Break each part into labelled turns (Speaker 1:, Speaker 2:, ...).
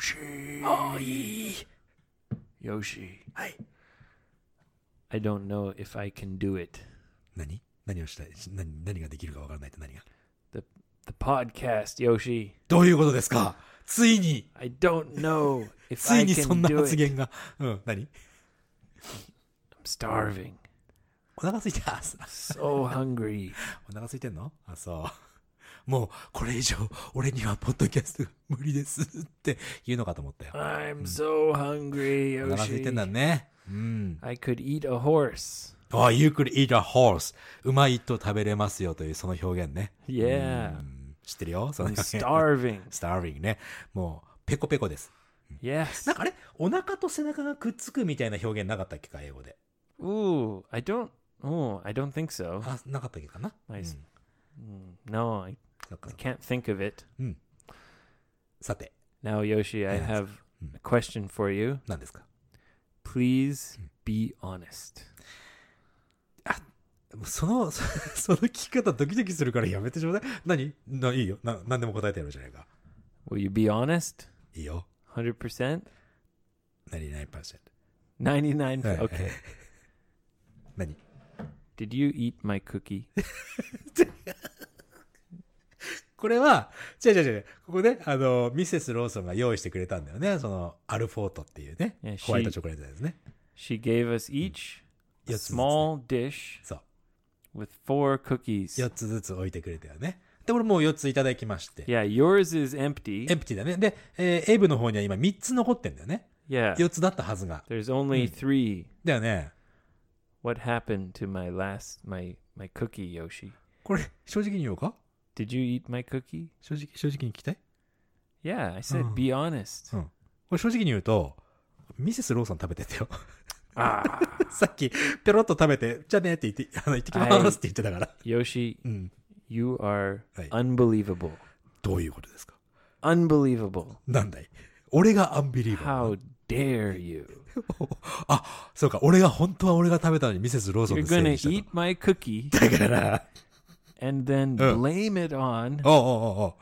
Speaker 1: し
Speaker 2: はい。
Speaker 1: Yoshi,
Speaker 2: はい。
Speaker 1: I don't know if I can do it.
Speaker 2: 何何をしたいし何何ができるかわからないって何が
Speaker 1: The the podcast, Yoshi.
Speaker 2: どういうことですかついに、
Speaker 1: I don't know if
Speaker 2: つい
Speaker 1: I
Speaker 2: にそ
Speaker 1: can
Speaker 2: んな
Speaker 1: do
Speaker 2: 発
Speaker 1: it.
Speaker 2: 言が。うん、何
Speaker 1: I'm starving.
Speaker 2: お腹空いた。
Speaker 1: So hungry.
Speaker 2: お腹空いてんのあ、そう。もう、これ以上、俺にはポッドキャストが無理ですって言うのかと思ったよ。
Speaker 1: I'm so hungry,
Speaker 2: お腹空いてん
Speaker 1: Yoshi.
Speaker 2: だね。うん。
Speaker 1: I could eat a horse.
Speaker 2: あ、oh, you could eat a horse. うまいと食べれますよというその表現ね。
Speaker 1: Yeah.
Speaker 2: うん知ってるよその
Speaker 1: I'm
Speaker 2: 表現。
Speaker 1: starving.
Speaker 2: starving ね。もう、ペコペコです。
Speaker 1: Yes.
Speaker 2: なんかあれお腹と背中がくっつくみたいな表現なかったっけか英語で。
Speaker 1: Ooh, I don't. Oh, I don't think so.
Speaker 2: あ、なかったっけかな
Speaker 1: I
Speaker 2: うん
Speaker 1: s- hmm, No, I,
Speaker 2: そっか
Speaker 1: I can't think of it.
Speaker 2: さて、
Speaker 1: Now, Yoshi, I
Speaker 2: Yes. Hmm.
Speaker 1: have a question for you.
Speaker 2: 何ですか
Speaker 1: Please
Speaker 2: Hmm.
Speaker 1: be honest.
Speaker 2: もうその、 そその聞き方ドキドキするからやめてちょうだい。何ないいよ。な、何でも答えてやるじゃないか。
Speaker 1: Will you be honest?
Speaker 2: いいよ。
Speaker 1: 100%?
Speaker 2: 99%。
Speaker 1: 99%.
Speaker 2: はい
Speaker 1: Okay.
Speaker 2: 何
Speaker 1: Did you eat my cookie?
Speaker 2: これは、違う違う違う。ここね、あの、ミセスローソンが用意してくれたんだよね。その、アルフォートっていうね
Speaker 1: いや。
Speaker 2: ホワイト
Speaker 1: し
Speaker 2: チョコレートですね。
Speaker 1: She gave us
Speaker 2: Hmm.
Speaker 1: each a
Speaker 2: 4つずつね
Speaker 1: small dish
Speaker 2: そう。
Speaker 1: with four cookies.
Speaker 2: 4つずつ置いてくれたよね。で、俺もう4ついただきまして。
Speaker 1: Yeah, yours is empty.
Speaker 2: エンプティだね。で、えーエイブの方には今3つ残ってんだよね。
Speaker 1: Yeah.
Speaker 2: 4つだったはずが。
Speaker 1: There's only
Speaker 2: Hmm.
Speaker 1: three.
Speaker 2: だよね。
Speaker 1: What happened to my last my my cookie, Yoshi?
Speaker 2: これ、正直に言おうか
Speaker 1: Did you eat my cookie?
Speaker 2: 正直、正直に聞きたい
Speaker 1: Yeah, I
Speaker 2: Oh.
Speaker 1: said be honest.
Speaker 2: うん。これ正直に言うと、ミセスローソン食べてたよ。
Speaker 1: Ah,
Speaker 2: さっき、ペロッと食べて、じゃあねって言って、あの、行ってきますって言ってたから。
Speaker 1: Yoshi, you are
Speaker 2: Hmm. Hey.
Speaker 1: unbelievable.
Speaker 2: どういうことですか
Speaker 1: Unbelievable.
Speaker 2: なんだい俺がアンビリーバー。
Speaker 1: How dare you?
Speaker 2: あ、そうか、俺が、本当は俺が食べたのにミセスローソン
Speaker 1: You're
Speaker 2: のせい
Speaker 1: gonna
Speaker 2: にしたと
Speaker 1: eat my cookie
Speaker 2: だから、
Speaker 1: and then blame it on
Speaker 2: おうおうおうおう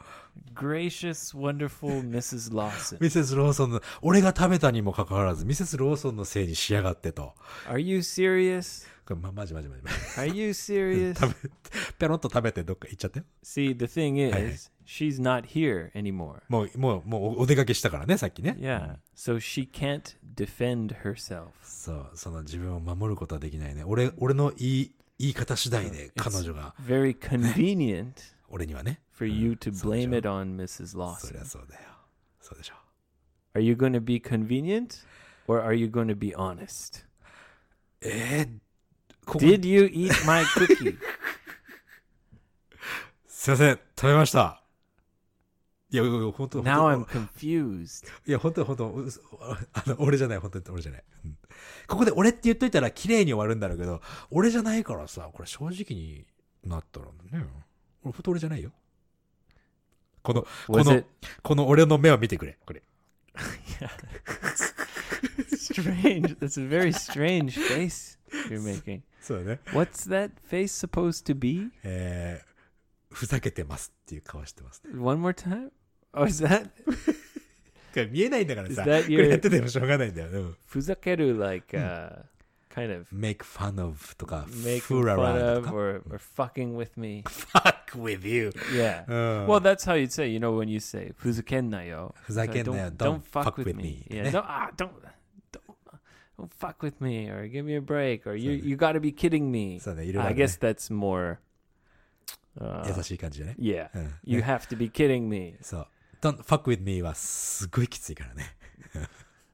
Speaker 1: gracious, wonderful Mrs. Lawson.
Speaker 2: ミセスローソンの、俺が食べたにもかかわらず、ミセスローソンのせいにしやがってと。
Speaker 1: Are you serious?
Speaker 2: これ、ま、まじまじまじまじ。
Speaker 1: Are you serious?
Speaker 2: 食べ、ペロッと食べてどっか行っちゃったよ。
Speaker 1: See, the thing is, she's not here anymore.
Speaker 2: もう、もう、もうお出かけしたからね、さっきね。
Speaker 1: Yeah. So she can't defend herself.
Speaker 2: そう、その自分を守ることはできないね。俺、俺の言い、言い方次第で、彼女が、
Speaker 1: Very convenient
Speaker 2: 俺にはね。
Speaker 1: for you to blame it on Mrs.
Speaker 2: そ
Speaker 1: Lawson.
Speaker 2: りゃそうだよ。そうでしょ。
Speaker 1: Are you going to be convenient or are you going to be honest?
Speaker 2: えー、ここ
Speaker 1: Did you eat my cookie?
Speaker 2: すいません、食べました。いや、いやいや本当
Speaker 1: now
Speaker 2: 本
Speaker 1: I'm
Speaker 2: 当
Speaker 1: confused.
Speaker 2: いや、本当本当嘘あの、俺じゃない、本当に俺じゃない。うんここで俺って言っといたら綺麗に終わるんだろうけど、俺じゃないからさ、これ正直になったらね、俺、本当俺じゃないよ。この、こ
Speaker 1: Was
Speaker 2: の
Speaker 1: it、
Speaker 2: この俺の目を見てくれ、これ。
Speaker 1: strange? That's a very strange face you're making.
Speaker 2: そうだね。
Speaker 1: What's that face supposed to be?
Speaker 2: えー、ふざけてますっていう顔してますね。
Speaker 1: One more time? Oh, is that
Speaker 2: これ見えないんだから
Speaker 1: Is
Speaker 2: さ、こ
Speaker 1: that your-
Speaker 2: れやっててもしょうがないんだよ。うん
Speaker 1: fuzakeru like uh, kind of
Speaker 2: make fun of とか、
Speaker 1: making
Speaker 2: fool
Speaker 1: fun of
Speaker 2: around とか。
Speaker 1: or, or fucking with me?
Speaker 2: fuck with you.
Speaker 1: Yeah.
Speaker 2: う
Speaker 1: Well,
Speaker 2: ん
Speaker 1: that's how you'd say, you know, when you say "fuzakennayo,"
Speaker 2: ふざけんなよ。
Speaker 1: uh, don't, don't
Speaker 2: Don't
Speaker 1: fuck, with, me. Yeah,
Speaker 2: ね。
Speaker 1: don't, ah, don't, don't, don't fuck with me, or give me a break, or you, you got to be kidding me.
Speaker 2: そうね、いろいろ
Speaker 1: I
Speaker 2: あるね。
Speaker 1: guess that's more. Uh,
Speaker 2: 優しい感じだ ね。
Speaker 1: yeah,
Speaker 2: うん。
Speaker 1: you have to be kidding me.
Speaker 2: そう。don't fuck with me はすごいきついからね。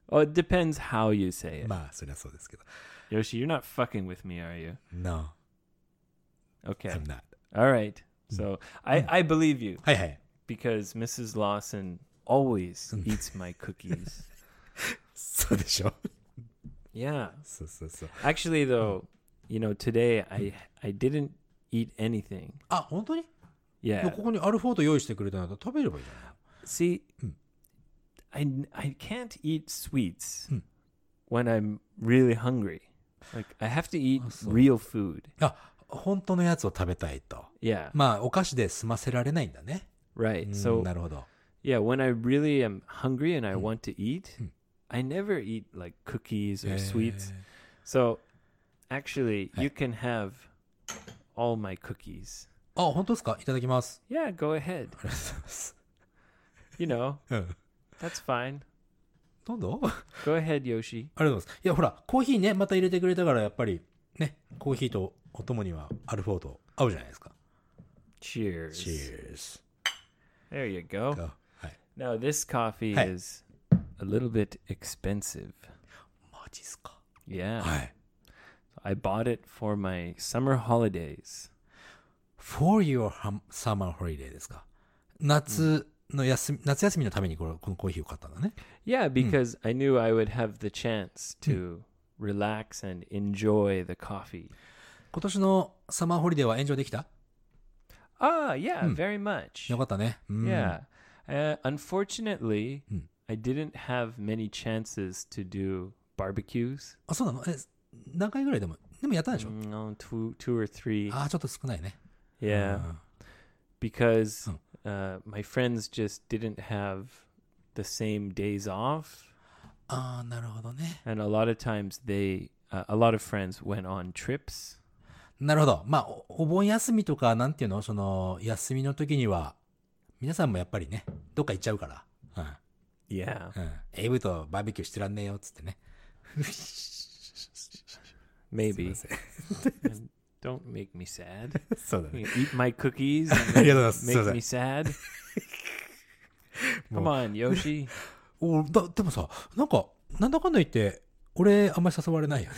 Speaker 1: Oh, it depends how you say it.
Speaker 2: まあ、そりゃそうですけど。
Speaker 1: Yoshi, you're not fucking with me, are you?
Speaker 2: No,
Speaker 1: Okay,
Speaker 2: I'm not.
Speaker 1: all right. So I, I believe you
Speaker 2: はいはい。
Speaker 1: because Mrs. Lawson always eats my cookies.
Speaker 2: そうでしょ。
Speaker 1: Yeah.
Speaker 2: そうそうそう。
Speaker 1: Actually, though, you know, today I I didn't eat anything.
Speaker 2: あ、本当に
Speaker 1: Yeah.
Speaker 2: ここにアルフォート用意してくれたんだったら食べればいいじゃない
Speaker 1: See, I I can't eat sweets when I'm really hungry. Like I have to eat real food.
Speaker 2: あ、本当のやつを食べたいと。
Speaker 1: Yeah.
Speaker 2: Hmm. まあ、お菓子で済ませられないんだね。
Speaker 1: Right.
Speaker 2: うん
Speaker 1: So
Speaker 2: なるほど。
Speaker 1: yeah, when I really am hungry and I want to eat,
Speaker 2: Mm.
Speaker 1: I never eat like cookies or
Speaker 2: えー
Speaker 1: sweets. So actually,
Speaker 2: Hey.
Speaker 1: you can have all my cookies.
Speaker 2: あ、本当ですかいただきます。
Speaker 1: Yeah, go ahead.
Speaker 2: ありがとうございます。
Speaker 1: You know,
Speaker 2: うん。
Speaker 1: that's fine.
Speaker 2: どんどんありがと
Speaker 1: Go ahead, Yoshi.
Speaker 2: うございます。いや、ほら、コーヒーね、また入れてくれたから、やっぱり、ね、コーヒーとお供にはアルフォート合うじゃないですか。
Speaker 1: Cheers.
Speaker 2: Cheers.
Speaker 1: There you go.
Speaker 2: あはい。
Speaker 1: Now this coffee
Speaker 2: Hey.
Speaker 1: is a little bit expensive.
Speaker 2: マジっすか
Speaker 1: Yeah.
Speaker 2: はい。
Speaker 1: I bought it for my summer holidays.
Speaker 2: for your hum- summer holiday ですか。夏の休み、夏休みのためにこれこのコーヒーを買ったんだね。
Speaker 1: Yeah, because I knew I would have the chance to relax and enjoy the coffee.
Speaker 2: 今年のサマーホリデーは炎上できた
Speaker 1: Ah, yeah, very much.
Speaker 2: よかったね。うん
Speaker 1: Yeah. Uh, unfortunately,
Speaker 2: Mm.
Speaker 1: I didn't have many chances to do barbecues.
Speaker 2: あ、そうなのえ、何回ぐらいでも、でもやったんでしょ、
Speaker 1: Mm, No, two, two or three.
Speaker 2: ああ、ちょっと少ないね。
Speaker 1: yeah,
Speaker 2: うん
Speaker 1: because
Speaker 2: Oh.
Speaker 1: uh, my friends just didn't have the same days off,
Speaker 2: ああ、なるほどね。
Speaker 1: and a lot of times they, uh, a lot of friends went on trips.
Speaker 2: なるほど。まあ、おお盆休みとか、なんていうのその、休みの時には、皆さんもやっぱりね、どっか行っちゃうから。
Speaker 1: Yeah,
Speaker 2: うん。うん。エイブとバーベキューしてらんねえよ、っつってね。
Speaker 1: maybe. And don't make me sad.
Speaker 2: そうだ
Speaker 1: You。eat my cookies.
Speaker 2: あ
Speaker 1: And
Speaker 2: りがとうございます。すい
Speaker 1: make
Speaker 2: ませ
Speaker 1: me
Speaker 2: ん。
Speaker 1: sad. Come on, Yoshi.
Speaker 2: おだでもさ、なんか、なんだかんだ言って、俺、あんまり誘われないよね。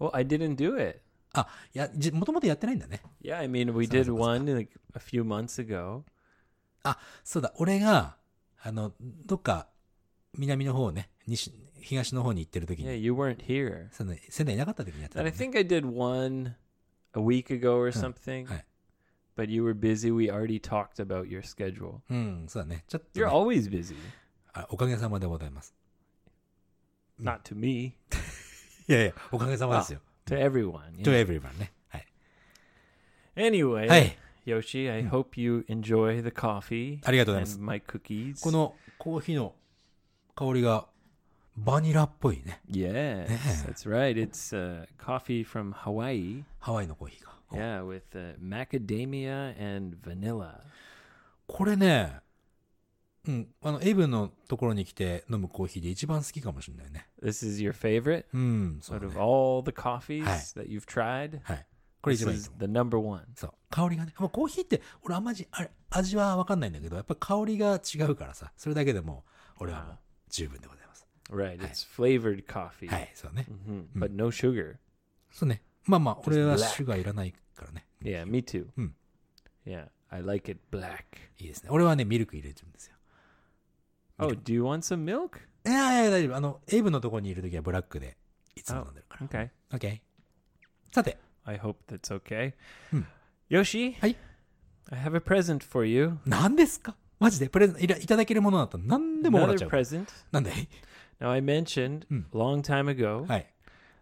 Speaker 1: Well, I didn't do it.
Speaker 2: あ、いや、じもともとやってないんだね。
Speaker 1: Yeah, I mean, we
Speaker 2: Sounds
Speaker 1: did
Speaker 2: like a
Speaker 1: one like a few months ago.
Speaker 2: あ、そうだ、俺が、あの、どっか、南の方ね、西、東の方に行ってる時
Speaker 1: Yeah,
Speaker 2: に、
Speaker 1: you weren't here.
Speaker 2: その仙台いなかった時にやってた
Speaker 1: And
Speaker 2: の
Speaker 1: I
Speaker 2: ね、
Speaker 1: think I did one a week ago or something.
Speaker 2: hi.
Speaker 1: But you were busy. We already talked about your schedule.
Speaker 2: うん、そうだね。ちょっと
Speaker 1: You're
Speaker 2: ね、
Speaker 1: always busy.
Speaker 2: あおかげさまでございます。
Speaker 1: Not to me,
Speaker 2: いやいや、おかげさまですよ。
Speaker 1: to everyone. you
Speaker 2: to
Speaker 1: know.
Speaker 2: everyone ね。はい。
Speaker 1: Anyway,
Speaker 2: はい。
Speaker 1: Yoshi,
Speaker 2: Mm.
Speaker 1: I hope you enjoy the coffee
Speaker 2: ありがとうございます
Speaker 1: and。my cookies.
Speaker 2: このコーヒーの香りが、バニラっぽいね。
Speaker 1: Yes,
Speaker 2: Yeah.
Speaker 1: that's right. It's uh, coffee from Hawaii.
Speaker 2: ハワイのコーヒーが。
Speaker 1: Yeah, with uh, macadamia and vanilla.
Speaker 2: これね、うん、あの、エイブンのところに来て飲むコーヒーで一番好きかもしれないね。
Speaker 1: This is your favorite
Speaker 2: うん、そう
Speaker 1: out
Speaker 2: だ
Speaker 1: of
Speaker 2: ね。
Speaker 1: all the coffees
Speaker 2: Hi.
Speaker 1: that you've tried.
Speaker 2: はい。これ
Speaker 1: This
Speaker 2: 一番いい
Speaker 1: is
Speaker 2: と思う。
Speaker 1: the number one.
Speaker 2: そう。香りがね。まあ、コーヒーって、俺あんまじ、あれ、味はわかんないんだけど、やっぱ香りが違うからさ、それだけでも、俺はもう十分でございます。
Speaker 1: Right,
Speaker 2: Hi.
Speaker 1: it's flavored coffee,
Speaker 2: はい、そうね。
Speaker 1: hmm but no sugar.
Speaker 2: そうね。まあまあ、俺は
Speaker 1: black
Speaker 2: シュガーいらないからね。
Speaker 1: Yeah, me too.
Speaker 2: Hmm.
Speaker 1: Yeah, I like it black.
Speaker 2: いいですね。俺はね、ミルク入れてるんですよ。
Speaker 1: Oh, do you want some milk?
Speaker 2: いやいやいや、大丈夫。あの、エイブのところにいるときはブラックで、いつも飲んでるから。
Speaker 1: Okay.
Speaker 2: OK。さて、
Speaker 1: I hope that's okay.
Speaker 2: Hmm.
Speaker 1: Yoshi,
Speaker 2: Hi.
Speaker 1: I have a present for you.
Speaker 2: 何ですかマジでプレゼントいらいただけるものだったら何でももらっ
Speaker 1: Another
Speaker 2: ちゃう。
Speaker 1: present.
Speaker 2: なんだい
Speaker 1: Now, I mentioned
Speaker 2: Hmm.
Speaker 1: a long time ago,
Speaker 2: はい。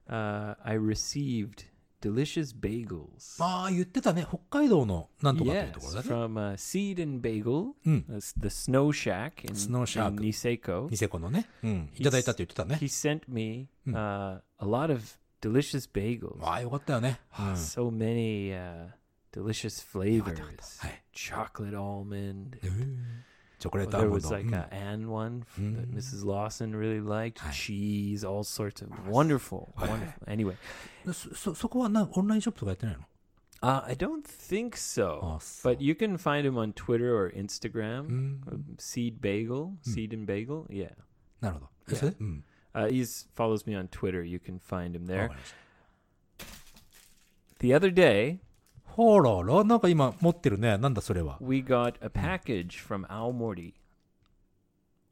Speaker 1: uh, I received delicious bagels.
Speaker 2: まあ、言ってたね。北海道のなんとかというとこ
Speaker 1: Yes,
Speaker 2: ろだね。
Speaker 1: from uh, Seed and Bagel,
Speaker 2: うん。
Speaker 1: that's the Snow Shack in,
Speaker 2: Snow Shack.
Speaker 1: in Niseko.
Speaker 2: ニセコのね。うん。いただいたって言ってたね
Speaker 1: He。sent me uh, a lot of delicious bagels.
Speaker 2: まあ、よかったよね。うん。
Speaker 1: So many uh, delicious flavors.
Speaker 2: はい。
Speaker 1: Chocolate almond.
Speaker 2: えーチョコレー
Speaker 1: Well,
Speaker 2: トアー
Speaker 1: there
Speaker 2: モン
Speaker 1: was
Speaker 2: ド。
Speaker 1: like
Speaker 2: うん
Speaker 1: a an one f- that
Speaker 2: Mm.
Speaker 1: Mrs. Lawson really liked.
Speaker 2: Hi.
Speaker 1: Cheese, all sorts of wonderful,
Speaker 2: Hi.
Speaker 1: wonderful. Anyway,
Speaker 2: そそそこはなオンラインショップとかやってないの
Speaker 1: uh, I don't think so,
Speaker 2: Oh, so-
Speaker 1: but you can find him on Twitter or
Speaker 2: う
Speaker 1: Instagram.
Speaker 2: ん。
Speaker 1: Um, Seed Bagel, Seed and Bagel. Yeah,
Speaker 2: なるほど。え
Speaker 1: Yeah.
Speaker 2: それうん。
Speaker 1: uh, he follows me on Twitter. You can find him
Speaker 2: わ
Speaker 1: there.
Speaker 2: かりました。
Speaker 1: The other day,
Speaker 2: ほらら、なんか今持ってるね。なんだそれは。
Speaker 1: we got a package from Aomori.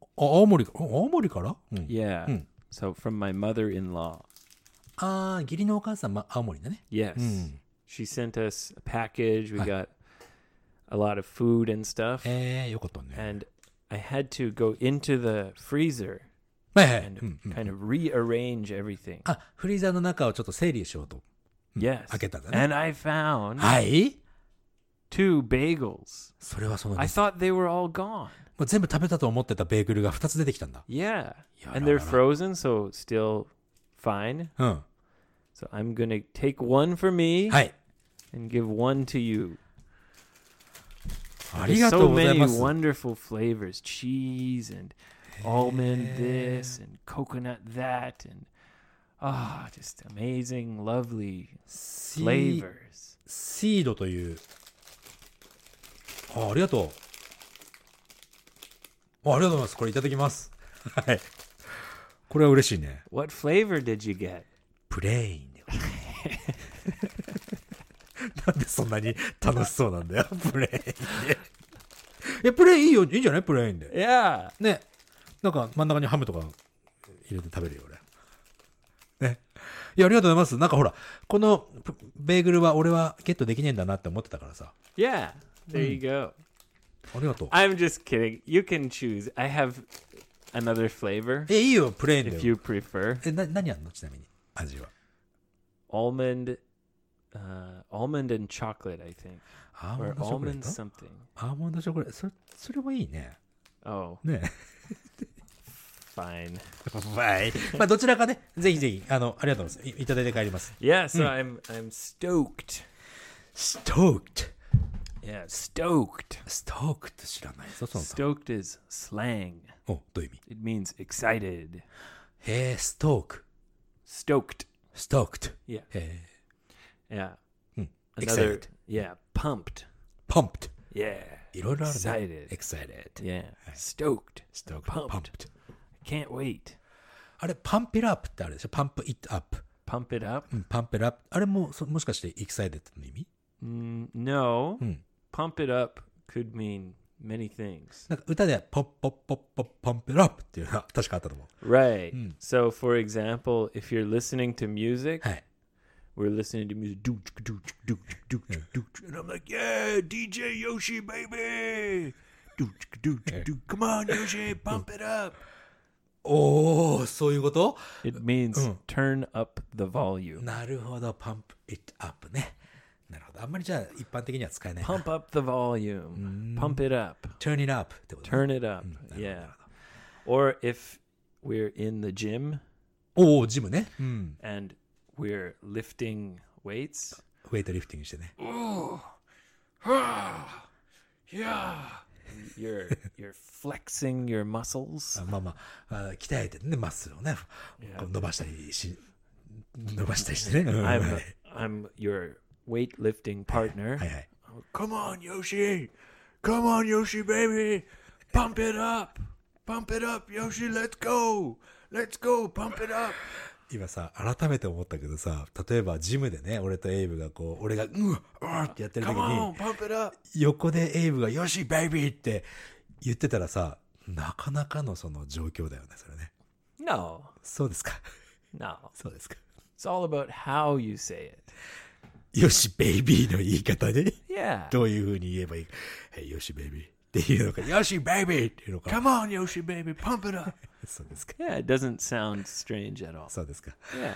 Speaker 2: あ青森か。あ青森からうん。
Speaker 1: Yeah.
Speaker 2: Mm.
Speaker 1: So from my mother-in-law.
Speaker 2: ああ、義理のお母さん、ま、青森だね。
Speaker 1: Yes.
Speaker 2: Mm.
Speaker 1: She sent us a package. We
Speaker 2: Hi.
Speaker 1: got a lot of food and stuff.
Speaker 2: ええよかったね。
Speaker 1: and I had to go into the freezer
Speaker 2: はいはい。
Speaker 1: and
Speaker 2: うんうん
Speaker 1: kind of rearrange everything.
Speaker 2: あ、フリーザーの中をちょっと整理しようと。
Speaker 1: yes.
Speaker 2: I get that, eh?
Speaker 1: And I found
Speaker 2: はい
Speaker 1: two bagels.
Speaker 2: それはそうなん
Speaker 1: I
Speaker 2: です。
Speaker 1: thought they were all gone.
Speaker 2: もう全部食べたと思ってたベーグルが2つ出てきたんだ。
Speaker 1: Yeah. And they're
Speaker 2: う
Speaker 1: frozen, so still fine.
Speaker 2: ん。
Speaker 1: So I'm going to take one for me
Speaker 2: はい。
Speaker 1: and give one to you.
Speaker 2: あり
Speaker 1: There's
Speaker 2: がと
Speaker 1: so
Speaker 2: うござい
Speaker 1: many
Speaker 2: ます。
Speaker 1: wonderful flavors cheese and almond this and coconut that and ah just amazing lovely
Speaker 2: シー
Speaker 1: flavors
Speaker 2: シードという。あありがとうあ。ありがとうございます。これいただきます。はい。これは嬉しいね。
Speaker 1: what flavor did you get
Speaker 2: プレインでございます。 なんでそんなに楽しそうなんだよ、プレインで。え、プレインいいよ、いいんじゃないプレインで。
Speaker 1: yeah
Speaker 2: ね。なんか真ん中にハムとか入れて食べるよ、俺。ね。いや、ありがとうございます。なんかほら、このプベーグルは俺はゲットできねえんだなって思ってたからさ。
Speaker 1: yeah there you go
Speaker 2: ありがとう。
Speaker 1: i'm just kidding you can choose i have another flavor
Speaker 2: え、いいよ、プレイン
Speaker 1: if
Speaker 2: で。
Speaker 1: you prefer
Speaker 2: え、な、何あんのちなみに。味は。
Speaker 1: almond uh, almond and chocolate i think
Speaker 2: アーモン
Speaker 1: or
Speaker 2: ドチョコレー
Speaker 1: almond
Speaker 2: ト
Speaker 1: something
Speaker 2: アーモンドチョコレート。それ、それもいいね。
Speaker 1: oh
Speaker 2: ね。
Speaker 1: fine
Speaker 2: はい。まあ、どちらかね、ぜひぜひ、あの、ありがとうございます。いいただいて帰ります。
Speaker 1: yeah so i'm i'm stoked
Speaker 2: stoked。
Speaker 1: Yeah, stoked.
Speaker 2: stoked 知らないぞ、その単
Speaker 1: Stoked is slang.
Speaker 2: 語お、どういう意味
Speaker 1: It means excited.
Speaker 2: へえ、stoke。
Speaker 1: Stoked.
Speaker 2: stoked。
Speaker 1: Yeah. Hmm.
Speaker 2: へ
Speaker 1: Yeah.
Speaker 2: え。excited.
Speaker 1: Yeah. Pumped.
Speaker 2: うん。pumped。
Speaker 1: Yeah.
Speaker 2: いろいろあるね
Speaker 1: Excited.。
Speaker 2: excited。
Speaker 1: Yeah. Stoked.
Speaker 2: stoked。
Speaker 1: Pumped.
Speaker 2: pumped。
Speaker 1: Can't wait.
Speaker 2: あれ、pump it up ってあるでしょ ?pump it up。
Speaker 1: Pump it up.
Speaker 2: うん、pump it up。あれも、そもしかして excited の意味
Speaker 1: Mm, no.
Speaker 2: うん。
Speaker 1: Pump it up could mean many things.
Speaker 2: なんか歌で、ポッポッポッポッ、pump it up っていうのが 確かあったと思う。
Speaker 1: Right. So, for example, if you're listening to music,
Speaker 2: はい。
Speaker 1: we're listening to music. Dooch, dooch, dooch, dooch, dooch. And I'm like, yeah, DJ Yoshi, baby. Dooch, dooch, dooch. Come on, Yoshi, pump it up.
Speaker 2: おー、そういうこと
Speaker 1: It means turn up the volume.
Speaker 2: なるほど、パンプ it up ね。なるほど。あんまりじゃあ一般的には使えないな。
Speaker 1: Pump up the volume. Pump it up.
Speaker 2: turn it up ってこと、ね、
Speaker 1: Turn it up. Yeah. Or if we're in the gym
Speaker 2: おお、ジムね。うん。
Speaker 1: and we're lifting weights,
Speaker 2: ウェイトリフティングしてね。
Speaker 1: you're you're flexing your muscles.
Speaker 2: あまあまあ、あ鍛えてね、マッスルをね、こう伸ばしたりし、伸ばしたりしてね。うんはい
Speaker 1: I'm I'm your weightlifting partner.
Speaker 2: はい。
Speaker 1: Come on, Yoshi. Come on, Yoshi, baby. Pump it up. Pump it up, Yoshi. Let's go. Let's go. Pump it up.
Speaker 2: 今さ、改めて思ったけどさ、例えばジムでね、俺とエイブがこう、俺が、うん、うわってやってる時に、
Speaker 1: pump it up.
Speaker 2: 横でエイブが、よし、ベイビーって言ってたらさ、なかなかのその状況だよね、それね。
Speaker 1: No,
Speaker 2: そうですか。
Speaker 1: no.
Speaker 2: そうですか。
Speaker 1: It's all about how you say it.
Speaker 2: よし、ベイビーの言い方で、
Speaker 1: Yeah.
Speaker 2: どういうふうに言えばいいか。はいよし、ベイビーっていうのか、よし、ベイビーっていうのか。
Speaker 1: Come on, Yoshi, baby. Pump it up.
Speaker 2: そうですか。
Speaker 1: yeah, it doesn't sound strange at all.
Speaker 2: そうですか。
Speaker 1: Yeah.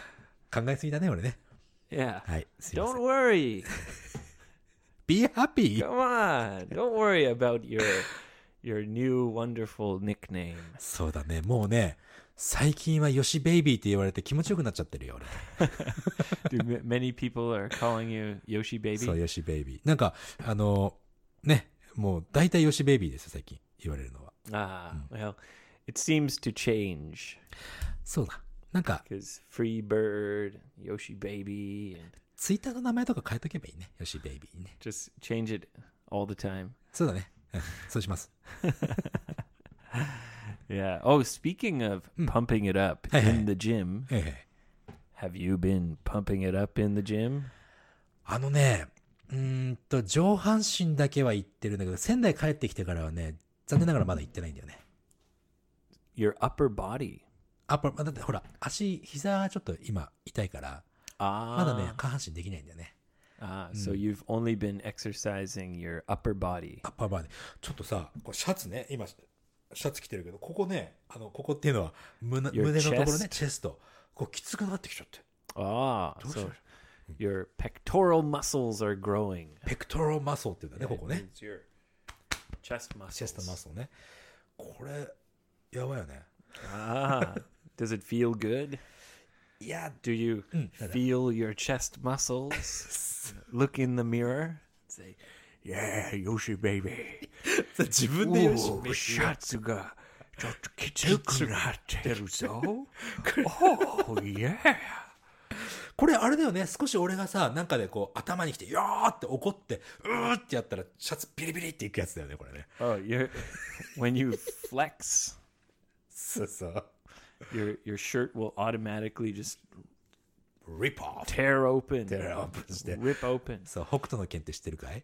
Speaker 2: 考えすぎだね、俺ね。
Speaker 1: Yeah.
Speaker 2: はい、すいません。
Speaker 1: Don't worry.
Speaker 2: be happy!
Speaker 1: Come on. Don't worry about your your new wonderful nickname.
Speaker 2: そうだね、もうね、最近はよし、ベイビーって言われて気持ちよくなっちゃってるよ、俺。
Speaker 1: Do m- many people are calling you Yoshi baby?
Speaker 2: そう、よし、ベイビー。なんか、あの、ね、もう大体よし、ベイビーですよ、最近。言われるのは。
Speaker 1: Ah, well,
Speaker 2: Hmm.
Speaker 1: it seems to change
Speaker 2: そうだ。なんか、
Speaker 1: because Free Bird, Yoshi Baby, and
Speaker 2: ツイッターの名前とか変えとけばいいね。よし、ベイビーにね。
Speaker 1: just change it all the time.
Speaker 2: そうだね。うんそうします。
Speaker 1: Yeah. Oh, speaking of pumping it up
Speaker 2: Hmm. Hey, hey.
Speaker 1: in the gym,
Speaker 2: ええ。
Speaker 1: have you been pumping it up in the gym?
Speaker 2: あのね、うーんと、上半身だけは行ってるんだけど、仙台帰ってきてからはね、残念ながらまだ行ってないんだよね。
Speaker 1: Your upper body.
Speaker 2: あ、これまあだってほら、足、膝ちょっと今痛いから、まだ
Speaker 1: Ah.
Speaker 2: ね、下半身できないんだよね。
Speaker 1: ah so you've only been exercising your upper body.
Speaker 2: アッパーバーで。ちょっとさ、これシャツね、今、シャツ着てるけど、ここね、あの、ここっていうのは胸、
Speaker 1: Your
Speaker 2: 胸のところ
Speaker 1: chest
Speaker 2: ね、チェスト。こう、きつくなってきちゃって。
Speaker 1: Ah.
Speaker 2: どうし
Speaker 1: So
Speaker 2: よう
Speaker 1: Your pectoral muscles are growing.
Speaker 2: ペクトロマソっていうんだね、ここ
Speaker 1: It
Speaker 2: ね。
Speaker 1: means your chest muscles.
Speaker 2: チェストマソね。これ、やばいよね。
Speaker 1: Ah, does it feel good?
Speaker 2: いや、
Speaker 1: Do you feel your chest muscles? Look in the mirror. Say, yeah, Yoshi baby.
Speaker 2: 自分で言うし、
Speaker 1: Ooh, シャツがちょっときつくなってるぞ。oh, yeah.
Speaker 2: これあれだよね、少し俺がさ、なんかでこう、頭にきて、よーって怒って、うーってやったら、シャツビリビリっていくやつだよね、これね。
Speaker 1: Oh, you're, when you flex,
Speaker 2: そうそう。
Speaker 1: your your shirt will automatically just
Speaker 2: リポー
Speaker 1: tear open,
Speaker 2: テアップして。
Speaker 1: rip open.
Speaker 2: そう、北斗の剣って知ってるかい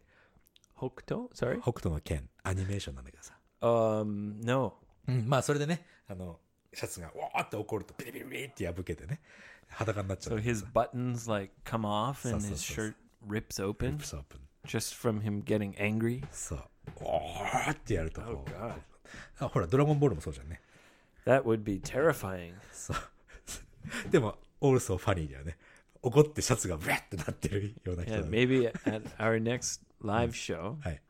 Speaker 1: Hokuto, sorry.
Speaker 2: 北斗の剣、アニメーションなんだけどさ。
Speaker 1: Um, no.
Speaker 2: うん、まあそれでね、あの、シャツが、わーって怒ると、ビリビリビリって破けてね、裸になっちゃ
Speaker 1: So
Speaker 2: う。
Speaker 1: his buttons like come off and
Speaker 2: So, so,
Speaker 1: his
Speaker 2: so, so.
Speaker 1: shirt rips open
Speaker 2: そう
Speaker 1: just from him getting angry.
Speaker 2: そう。おーってやるとこうあほら、ドラゴンボールもそうじゃんね。
Speaker 1: That would be terrifying.
Speaker 2: そう。でも、オールソーファニーだよね。怒ってシャツがブレってなってるような人
Speaker 1: Yeah,
Speaker 2: だね。
Speaker 1: maybe at our next live show,
Speaker 2: はい。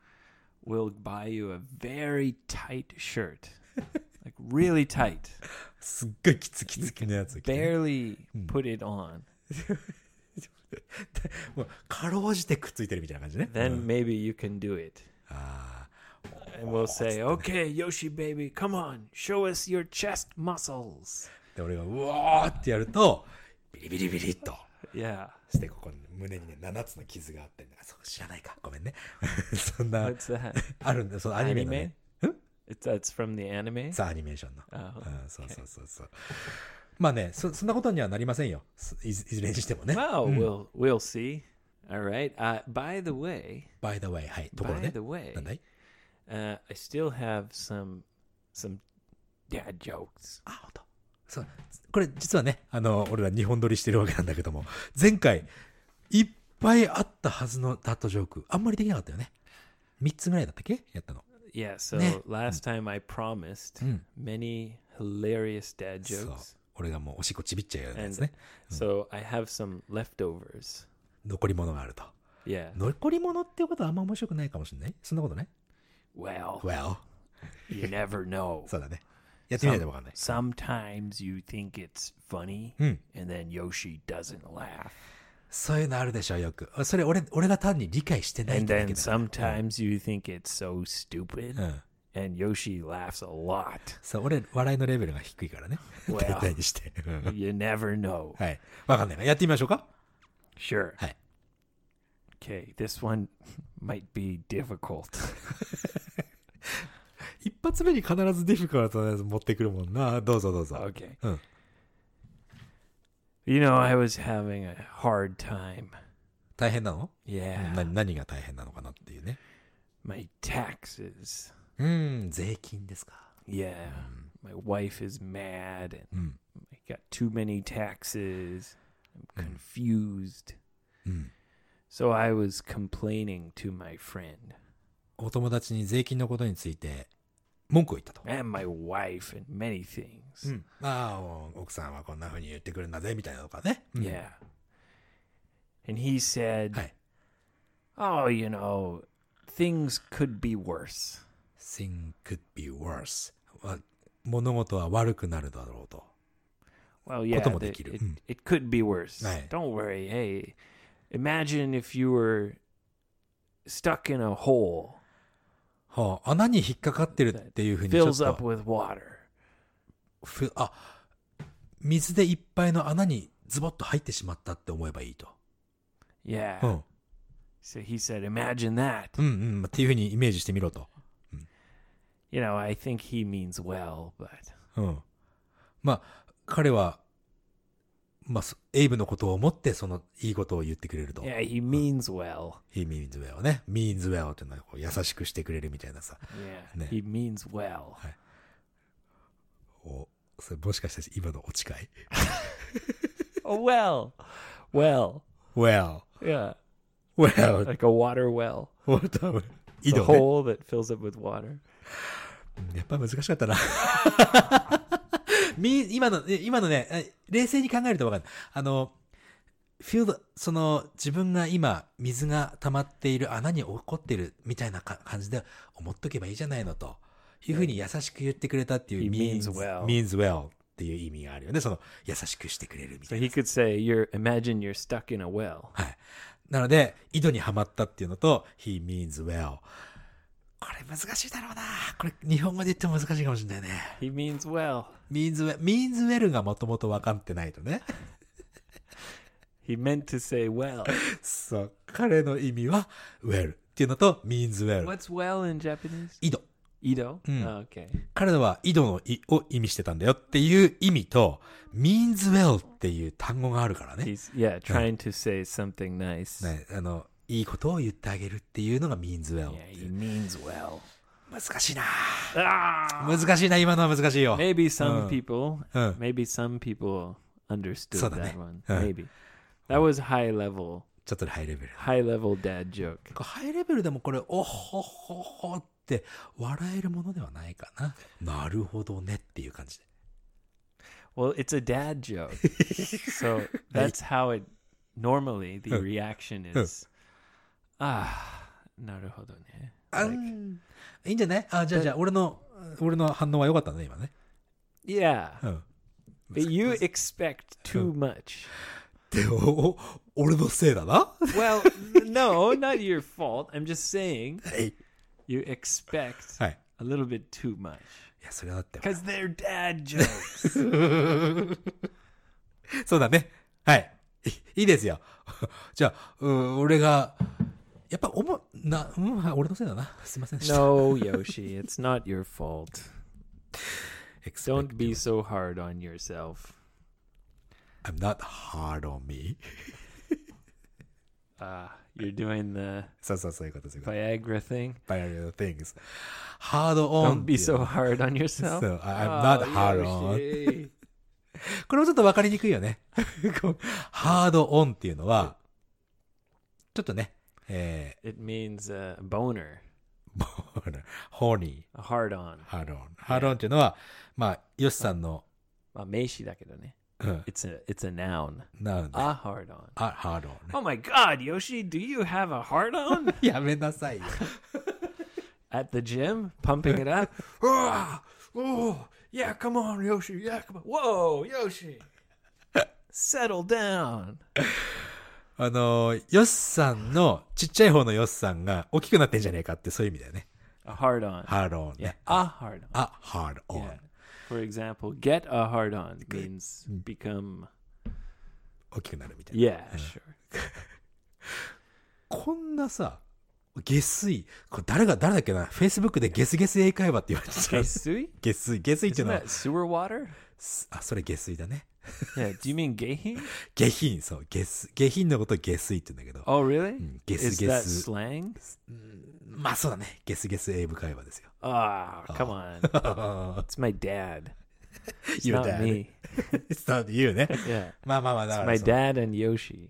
Speaker 1: we'll buy you a very tight shirt. Like really tight.
Speaker 2: すっごいキツキツキのやつ着て
Speaker 1: Barely put it on.
Speaker 2: もうかろうじてくっついてるみたいな感じね。
Speaker 1: Then maybe you can do it. Ah.
Speaker 2: あ
Speaker 1: And we'll say, okay, Yoshi baby, come on, show us your chest muscles.
Speaker 2: ーで、俺が、うわーってやると、ビリビリビリっと。
Speaker 1: Yeah.
Speaker 2: して、ここに胸にね、7つの傷があって、あそう知らないか。ごめんね。 そんな、
Speaker 1: What's that?
Speaker 2: あるんだよ、そのアニメの、ね。
Speaker 1: It's, that's from the anime?
Speaker 2: さあ、アニメーションの。
Speaker 1: Oh,
Speaker 2: うん、そうそうそうそう。まあねそ、そんなことにはなりませんよ。すいずいずれにしてもね。
Speaker 1: Well, we'll we'll see. All right. Uh, by the way,
Speaker 2: by the way, はい。ところ
Speaker 1: by
Speaker 2: ね
Speaker 1: the。way,
Speaker 2: なんだい
Speaker 1: uh, I still have some some dad jokes.
Speaker 2: あ、ほんと。そう。これ、実はね、あの、俺ら日本撮りしてるわけなんだけども、前回、いっぱいあったはずのダットジョーク、あんまりできなかったよね。3つぐらいだったっけやったの。
Speaker 1: Yeah. So
Speaker 2: Ne.
Speaker 1: last time I promised many hilarious dad
Speaker 2: そう
Speaker 1: jokes,
Speaker 2: 俺がもうおしっこちびっちゃうようなや
Speaker 1: and
Speaker 2: つね。
Speaker 1: so I have some leftovers.
Speaker 2: 残り物があると。
Speaker 1: Yeah.
Speaker 2: 残り物っていうことはあんま面白くないかもしれないそんなことない
Speaker 1: Well,
Speaker 2: ?Well,
Speaker 1: you never know.
Speaker 2: そうだね。やってみないとわかんない。
Speaker 1: Sometimes you think it's funny,
Speaker 2: Hmm.
Speaker 1: and then Yoshi doesn't laugh.
Speaker 2: そういうのあるでしょ、よく。それ俺、俺が単に理解してないっ
Speaker 1: And
Speaker 2: てだけ
Speaker 1: then
Speaker 2: だよ。
Speaker 1: sometimes you think it's so stupid,
Speaker 2: Uh.
Speaker 1: and Yoshi laughs a lot.
Speaker 2: そう、俺、笑いのレベルが低いからね。
Speaker 1: Well.
Speaker 2: 大体にして。うん
Speaker 1: You never know.
Speaker 2: はい。わかんないからやってみましょうか
Speaker 1: Sure.
Speaker 2: Hi.
Speaker 1: Okay, this one might be difficult.
Speaker 2: 一発目に必ずディフィカルトなやつ持ってくるもんな。どうぞどうぞ。
Speaker 1: Okay.
Speaker 2: Huh.
Speaker 1: You know, I was having a hard time.
Speaker 2: 大変なの
Speaker 1: Yeah.
Speaker 2: な何が大変なのかなっていうね。
Speaker 1: My taxes.
Speaker 2: うーん、税金ですか。
Speaker 1: Yeah. My wife is mad and
Speaker 2: うん。
Speaker 1: I got too many taxes. I'm confused.
Speaker 2: うん。
Speaker 1: So I was complaining to my friend.
Speaker 2: お友達に税金のことについて文句を言ったと。
Speaker 1: and my wife and many things.
Speaker 2: うん。ああ、奥さんはこんな風に言ってくるんだぜ、みたいなのかね。うん
Speaker 1: Yeah. And he said,
Speaker 2: はい。
Speaker 1: Oh, you know, things could be worse.
Speaker 2: thing could be worse. わ物事は悪くなるだろうと。
Speaker 1: Well, yeah,
Speaker 2: こともできる。
Speaker 1: it,
Speaker 2: うん。
Speaker 1: it could be worse.
Speaker 2: はい。
Speaker 1: Don't worry. Hey, imagine if you were stuck in a hole
Speaker 2: はあ、穴に引っかかってるっていうふうにちょっ
Speaker 1: fills up
Speaker 2: と、
Speaker 1: with water.
Speaker 2: ふあ、水でいっぱいの穴にズボッと入ってしまったって思えばいいと。
Speaker 1: Yeah.
Speaker 2: うん。
Speaker 1: So he said, Imagine that.
Speaker 2: うんうん。っていうふうにイメージしてみろと。
Speaker 1: You know, I think he means well, but
Speaker 2: うん。まあ、彼は、まあ、そエイブのことを思って、その、いいことを言ってくれると。
Speaker 1: yeah, he means well.
Speaker 2: He means well ね。means well っていうのはこう優しくしてくれるみたいなさ。
Speaker 1: Yeah,
Speaker 2: Ne.
Speaker 1: he means well.
Speaker 2: お、それもしかして今のお誓い
Speaker 1: Oh, well. Well.
Speaker 2: ?well,
Speaker 1: Yeah.
Speaker 2: well,
Speaker 1: Like a water well.
Speaker 2: what 井
Speaker 1: The
Speaker 2: 戸ね。
Speaker 1: hole that fills up with water.
Speaker 2: やっぱ難しかったな。 み今の、え今のね、え冷静に考えるとわかる。あの、 feel the- その自分が今水が溜まっている穴に落っこってるみたいなか感じで思っとけばいいじゃないのというふうに優しく言ってくれたってい
Speaker 1: He
Speaker 2: う
Speaker 1: means well.
Speaker 2: means well っていう意味があるよねその優しくしてくれるみ
Speaker 1: So
Speaker 2: たいな
Speaker 1: he could say, "You're imagine you're stuck in a well."
Speaker 2: はい。なので、井戸にはまったっていうのと、he means well。これ難しいだろうな。これ日本語で言っても難しいかもしれないね。
Speaker 1: He means well.
Speaker 2: means well, means well がもともと分かってないとね。
Speaker 1: He meant to say well.
Speaker 2: そう。彼の意味は well っていうのと means well。
Speaker 1: What's well in Japanese?
Speaker 2: 井戸。
Speaker 1: Ido.
Speaker 2: Mm.
Speaker 1: Oh, okay.
Speaker 2: 彼らは井戸のいを意味してたんだよっていう意味と、means well っていう単語があるからね。
Speaker 1: He's yeah, trying to say something nice.
Speaker 2: ね、あの、いいことを言ってあげるっていうのが means well
Speaker 1: Yeah,。he means well.
Speaker 2: 難しいな。
Speaker 1: Ah!
Speaker 2: 難しいな、今のは難しいよ。
Speaker 1: Maybe some people,
Speaker 2: Uh.
Speaker 1: maybe some people understood
Speaker 2: Sort of,
Speaker 1: that
Speaker 2: eh?
Speaker 1: one.
Speaker 2: Uh.
Speaker 1: Maybe. That was high level,
Speaker 2: ちょっとハイレベル。
Speaker 1: high level dad joke.
Speaker 2: ハイレベルでもこれ、おほほほって笑えるものではないかな。なるほどねっていう感じで。
Speaker 1: Well, it's a dad joke. so that's how it normally the reaction is. Ah, naruhodo ne.
Speaker 2: あんいいんじゃないあ、じゃあじゃあ、俺の、俺の反応は良かったね、今ね。
Speaker 1: Yeah.
Speaker 2: うん。
Speaker 1: But you expect too much.
Speaker 2: で、おお俺のせいだな。
Speaker 1: Well, no, not your fault. I'm just saying
Speaker 2: はい。
Speaker 1: you expect
Speaker 2: はい。
Speaker 1: a little bit too much
Speaker 2: いや、それはだって。
Speaker 1: because they're dad jokes.
Speaker 2: そうだね。はい。いいいですよ。 じゃあ、うん俺が、やっぱ、おも、な、うん、はい俺のせいだな。すいませんでした。
Speaker 1: no, Yoshi, it's not your fault.
Speaker 2: Expect-
Speaker 1: Don't be so hard on yourself.
Speaker 2: I'm not hard on me.
Speaker 1: Ah, you're doing the
Speaker 2: そうそう、そういうこと、そういうこと。
Speaker 1: Viagra thing.
Speaker 2: barrier things. Hard on.
Speaker 1: Don't be so hard on yourself. Oh,
Speaker 2: So, I- I'm not hard on. これもちょっと分かりにくいよ ね。ハードオンっていうのは、ちょっとね、え
Speaker 1: It means uh, boner,
Speaker 2: ー、もうね、ホーニ
Speaker 1: a hard on.
Speaker 2: ー、ハードオン。ハードオンっていうのは、まあ、ヨシさんの、
Speaker 1: まあ名詞だけどね。It's
Speaker 2: うん、
Speaker 1: a it's a noun.
Speaker 2: なんだ、
Speaker 1: A hard on.
Speaker 2: あ、ハードオンね。
Speaker 1: Oh my God, Yoshi, do you have a hard on
Speaker 2: やめなさいよ。
Speaker 1: at the gym, pumping it up?
Speaker 2: うわおー Yeah, come on, Yoshi. Yeah, come on.
Speaker 1: Whoa, Yoshi, settle down.
Speaker 2: あのー、ヨシさんの、ちっちゃい方のヨシさんが大きくなってんじゃねえかって、そういう意味だよね。
Speaker 1: A hard on.
Speaker 2: ハードオン
Speaker 1: Yeah,
Speaker 2: ね。
Speaker 1: a hard on.
Speaker 2: あ、ハードオ
Speaker 1: Yeah.
Speaker 2: ン。
Speaker 1: For example, get a hard on means become.
Speaker 2: 大きくなるみたいな。
Speaker 1: Hmm. Yeah, sure.
Speaker 2: こんなさ、下水。これ誰が、誰だっけな ?Facebook でゲスゲス英会話って言われてた。
Speaker 1: Geisui?
Speaker 2: 下水。下水ってい
Speaker 1: Isn't
Speaker 2: うのは、
Speaker 1: that sewer water?
Speaker 2: すあ、それ下水だね。
Speaker 1: Yeah. Do you mean gehi?
Speaker 2: 下品、そう。下水。下品のことを下水って言うんだけど。
Speaker 1: Oh, really?
Speaker 2: gesu,
Speaker 1: Is that
Speaker 2: gesu.
Speaker 1: slang?
Speaker 2: まあそうだね。ゲスゲス英語会話ですよ。
Speaker 1: Ah, come on. It's my dad. It's
Speaker 2: Your
Speaker 1: not
Speaker 2: dad.
Speaker 1: me.
Speaker 2: It's not you ね。
Speaker 1: Yeah.
Speaker 2: まあまあまあ、だから
Speaker 1: my
Speaker 2: その
Speaker 1: dad and Yoshi.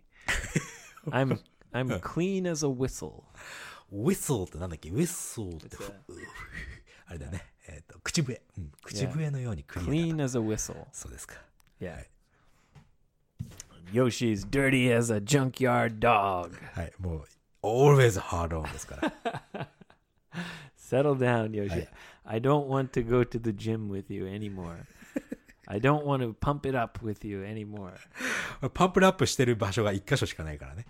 Speaker 1: I'm I'm clean as a whistle.
Speaker 2: whistle ってなんだっけ ?whistle って、
Speaker 1: It's a-
Speaker 2: あれだね。えっと、口笛。うん口笛のようにクリア
Speaker 1: Clean
Speaker 2: な。
Speaker 1: as a whistle.
Speaker 2: そうですか。
Speaker 1: Yeah.
Speaker 2: Right.
Speaker 1: Yoshi's dirty as a junkyard dog.
Speaker 2: はい。もう、always hard on ですから。
Speaker 1: Settle down, Yoshi.
Speaker 2: Right.
Speaker 1: I don't want to go to the gym with you anymore. I don't want to pump it up with you anymore.
Speaker 2: パンプルアップしてる場所が一箇所しかないからね。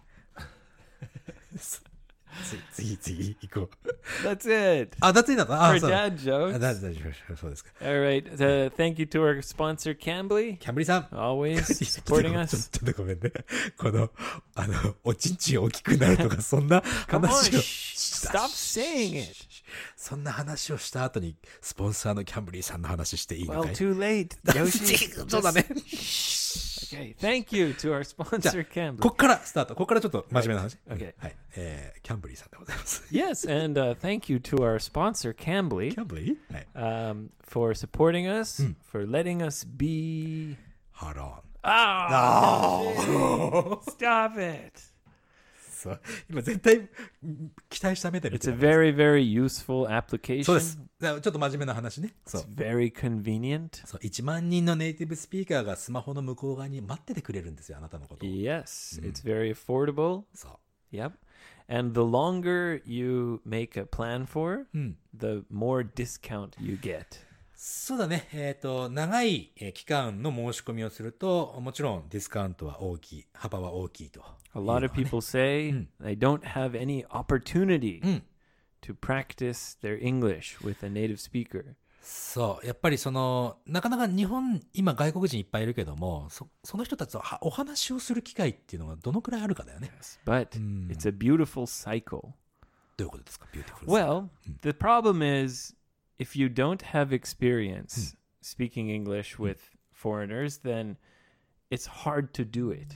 Speaker 2: 次、次、次、行こう。
Speaker 1: That's it
Speaker 2: あ、だついだった
Speaker 1: for
Speaker 2: あ、そうだ。
Speaker 1: dad
Speaker 2: あ
Speaker 1: jokes.
Speaker 2: だ大丈夫そうですか。
Speaker 1: All right. Uh, thank you to our sponsor, Cambly,
Speaker 2: キャンブリさ ん。
Speaker 1: always supporting
Speaker 2: ちょっ
Speaker 1: us.
Speaker 2: とちょっとごめんね。この、あの、おちんちん大きくなる とか、そんな
Speaker 1: Come on,
Speaker 2: 話を。
Speaker 1: shh, stop saying it.
Speaker 2: そんな話をした後に、スポンサーのキャンブリーさんの話していい
Speaker 1: Well,
Speaker 2: のかい
Speaker 1: too late.
Speaker 2: そうだね。
Speaker 1: Okay, thank you to our sponsor, Cambly.
Speaker 2: こっからスタート。こっからちょっと真面目な話。
Speaker 1: Okay.
Speaker 2: はい。えー、キャンブリーさんでございます。
Speaker 1: Yes, and uh, thank you to our sponsor,
Speaker 2: キ
Speaker 1: Cambly,
Speaker 2: ャンブリーはい。
Speaker 1: um, for supporting us, for letting us be.
Speaker 2: ハローン。Oh.
Speaker 1: Ah, shit. stop it.
Speaker 2: さ、今絶対うん期待した目で見
Speaker 1: It's
Speaker 2: て
Speaker 1: a
Speaker 2: たから
Speaker 1: very, very useful application.
Speaker 2: そうです。だからちょっと真面目な話ね。そう
Speaker 1: It's。very convenient.
Speaker 2: そう1万人のネイティブスピーカーがスマホの向こう側に待っててくれるんですよ、あなたのことを。
Speaker 1: Yes, it's very affordable.
Speaker 2: そ
Speaker 1: Yep. And the longer you make a plan for,
Speaker 2: う。うん。
Speaker 1: the more discount you get.
Speaker 2: そうだね。えっ、と、長いえー期間の申し込みをすると、もちろんディスカウントは大きい、幅は大きいと。
Speaker 1: A lot of people say they don't have any opportunity
Speaker 2: Mm.
Speaker 1: to practice their English with a native speaker.
Speaker 2: そう。やっぱりその、なかなか日本、今外国人いっぱいいるけども、そその人たちとはお話をする機会っていうのがどのくらいあるかだよね。
Speaker 1: But it's a beautiful cycle.
Speaker 2: どういうことですか、ビューティフル。
Speaker 1: Well, the problem is if you don't have experience speaking English with foreigners, then it's hard to do it.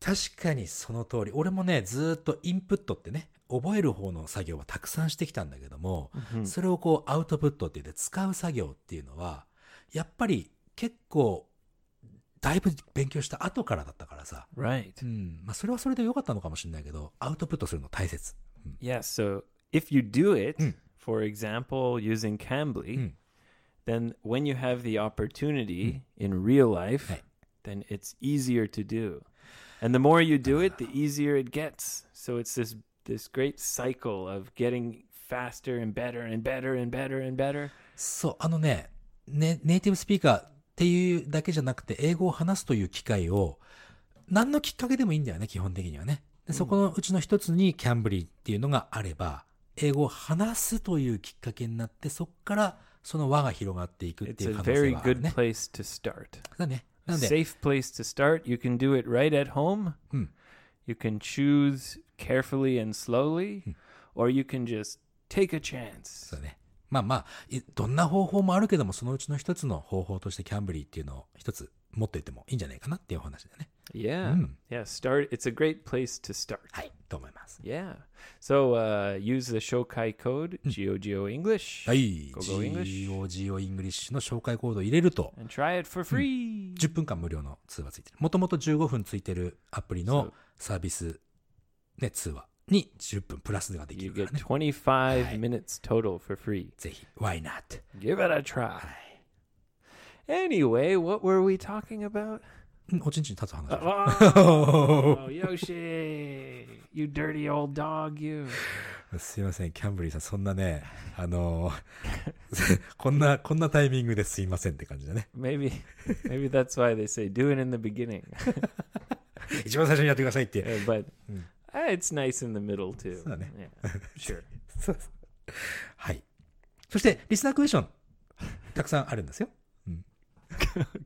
Speaker 2: 確かにその通り。俺もね、ずーっとインプットってね、覚える方の作業はたくさんしてきたんだけども、それをこうアウトプットって言って使う作業っていうのは、やっぱり結構、だいぶ勉強した後からだったからさ。
Speaker 1: Right.
Speaker 2: うん。まあ、それはそれで良かったのかもしれないけど、アウトプットするの大切。
Speaker 1: Yeah, so if you do it, for example, using Cambly,
Speaker 2: Mm.
Speaker 1: then when you have the opportunity in real life,
Speaker 2: Hey.
Speaker 1: then it's easier to do. And the more you do it, the easier it gets. So it's this this great cycle of getting faster and better and better and better and better.
Speaker 2: そう、あのねね、ネイティブスピーカーっていうだけじゃなくて、英語を話すという機会を、何のきっかけでもいいんだよね、基本的にはね。でそこのうちの一つに、キャンブリーっていうのがあれば、英語を話すというきっかけになって、そこからその輪が広がっていくっ
Speaker 1: It's
Speaker 2: てい
Speaker 1: a
Speaker 2: う可能性
Speaker 1: very
Speaker 2: がある
Speaker 1: good
Speaker 2: ね。
Speaker 1: place to start.
Speaker 2: だね。な
Speaker 1: A
Speaker 2: んで、
Speaker 1: safe place to start. You can do it right at home. You can choose carefully and slowly, or you can just take a chance.
Speaker 2: そうだね。まあまあ、いどんな方法もあるけども、そのうちの一つの方法としてキャンブリーっていうのを一つ持っていってもいいんじゃないかなっていうお話だよね。
Speaker 1: Yeah. Yeah. Start. It's a great place to start.
Speaker 2: はい、と思います。
Speaker 1: Yeah. So uh, use the Shokai code, GOGO English,
Speaker 2: はい。
Speaker 1: GoGo English,
Speaker 2: GOGO イングリッシュの紹介コードを入れると、
Speaker 1: and try it for free.
Speaker 2: 10分間無料の通話ついてる。もともと15分ついてるアプリのサービス、ね、通話に10分プラスができ
Speaker 1: You
Speaker 2: るから
Speaker 1: get
Speaker 2: ね。
Speaker 1: 25 minutes total for free.
Speaker 2: ぜひ、why not?
Speaker 1: Give it a try. Anyway, what were we talking about?
Speaker 2: うんおちんちん立つ話。
Speaker 1: Oh,
Speaker 2: お
Speaker 1: Yoshi, you dirty old dog, you.
Speaker 2: ーすいません、キャンブリーさん、そんなね、あの ーこんな、こんなタイミングですいませんって感じだね。
Speaker 1: Maybe, maybe that's why they say do it in the beginning.
Speaker 2: 一番最初にやってくださいって。
Speaker 1: Uh, but uh, it's nice in the middle too.
Speaker 2: So, yeah.
Speaker 1: Yeah, sure.
Speaker 2: そうですはい。そして、リスナークエスチョン、たくさんあるんですよ。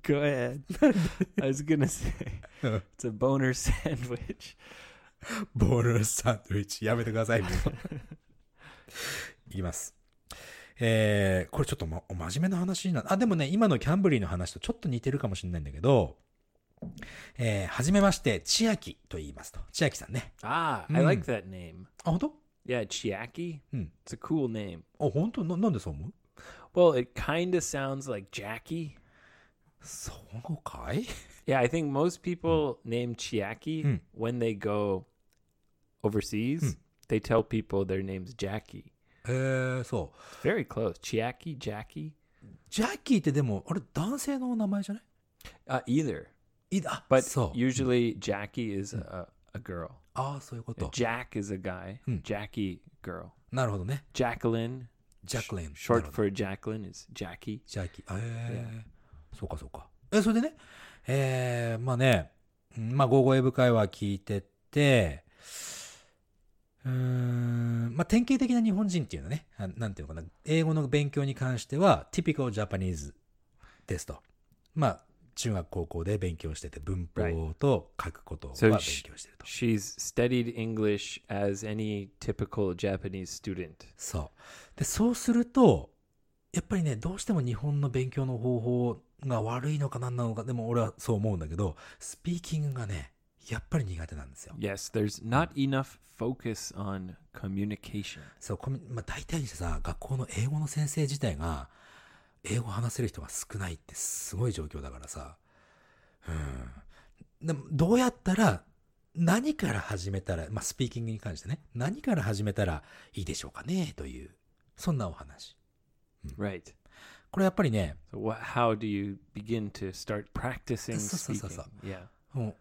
Speaker 1: Go ahead. I was gonna say
Speaker 2: Uh.
Speaker 1: it's a boner sandwich.
Speaker 2: ボールサンドイッチ、やめてください。もう いきます。えー、これちょっとま、お真面目な話になあ、でもね、今のキャンブリーの話とちょっと似てるかもしれないんだけど、えー、はじめまして、千秋と言いますと。千秋さんね。
Speaker 1: Ah, I like that name.
Speaker 2: あ、本当
Speaker 1: Yeah, Chiaki.
Speaker 2: Hmm.
Speaker 1: It's a cool name.
Speaker 2: あ、本当ななんでそう思う
Speaker 1: Well, it kind of sounds like Jackie.
Speaker 2: そうかい
Speaker 1: Yeah, I think most people name Chiaki when they go overseas. They tell people their name's Jackie.
Speaker 2: えー、そ
Speaker 1: It's very close. Chiaki, Jackie.
Speaker 2: う。ジャッキーってでも、あれ、男性の名前じゃない
Speaker 1: Uh, either,
Speaker 2: いいあ、
Speaker 1: but
Speaker 2: そう。
Speaker 1: usually Jackie is a, a girl.
Speaker 2: ああ、そういうこと。
Speaker 1: Jack is a guy. Jackie, girl.
Speaker 2: なるほどね。
Speaker 1: Jacqueline,
Speaker 2: ジャックレン。なる
Speaker 1: short
Speaker 2: ほど
Speaker 1: for Jacqueline, is Jackie.
Speaker 2: ジャーキー。えー、そうかそうか。え、それでね、えー、まあね、うんまあ、ゴーゴーエブ会話聞いてて、うーん、まあ、典型的な日本人っていうのはね、あなんていうのかな、英語の勉強に関しては、typical Japanese ですと。まあ、中学高校で勉強してて、文法と書くことは勉
Speaker 1: So
Speaker 2: 強
Speaker 1: she-
Speaker 2: してると。
Speaker 1: She's studied English as any typical Japanese student.
Speaker 2: そう。で、そうすると、やっぱりね、どうしても日本の勉強の方法が悪いのかなんなのか、でも俺はそう思うんだけど、スピーキングがね、やっぱり苦手なんですよ。
Speaker 1: Yes, there's not enough focus on communication.
Speaker 2: そう、コミュまあ、大体にしてさ、学校の英語の先生自体が、英語を話せる人が少ないってすごい状況だからさ、うん。でも、どうやったら何から始めたら、まあ、スピーキングに関してね、何から始めたらいいでしょうかね、という、そんなお話。
Speaker 1: Right.
Speaker 2: これやっぱりね、
Speaker 1: So what? How do you begin to start practicing
Speaker 2: So, so,
Speaker 1: speaking?
Speaker 2: so, so.
Speaker 1: Yeah.
Speaker 2: もう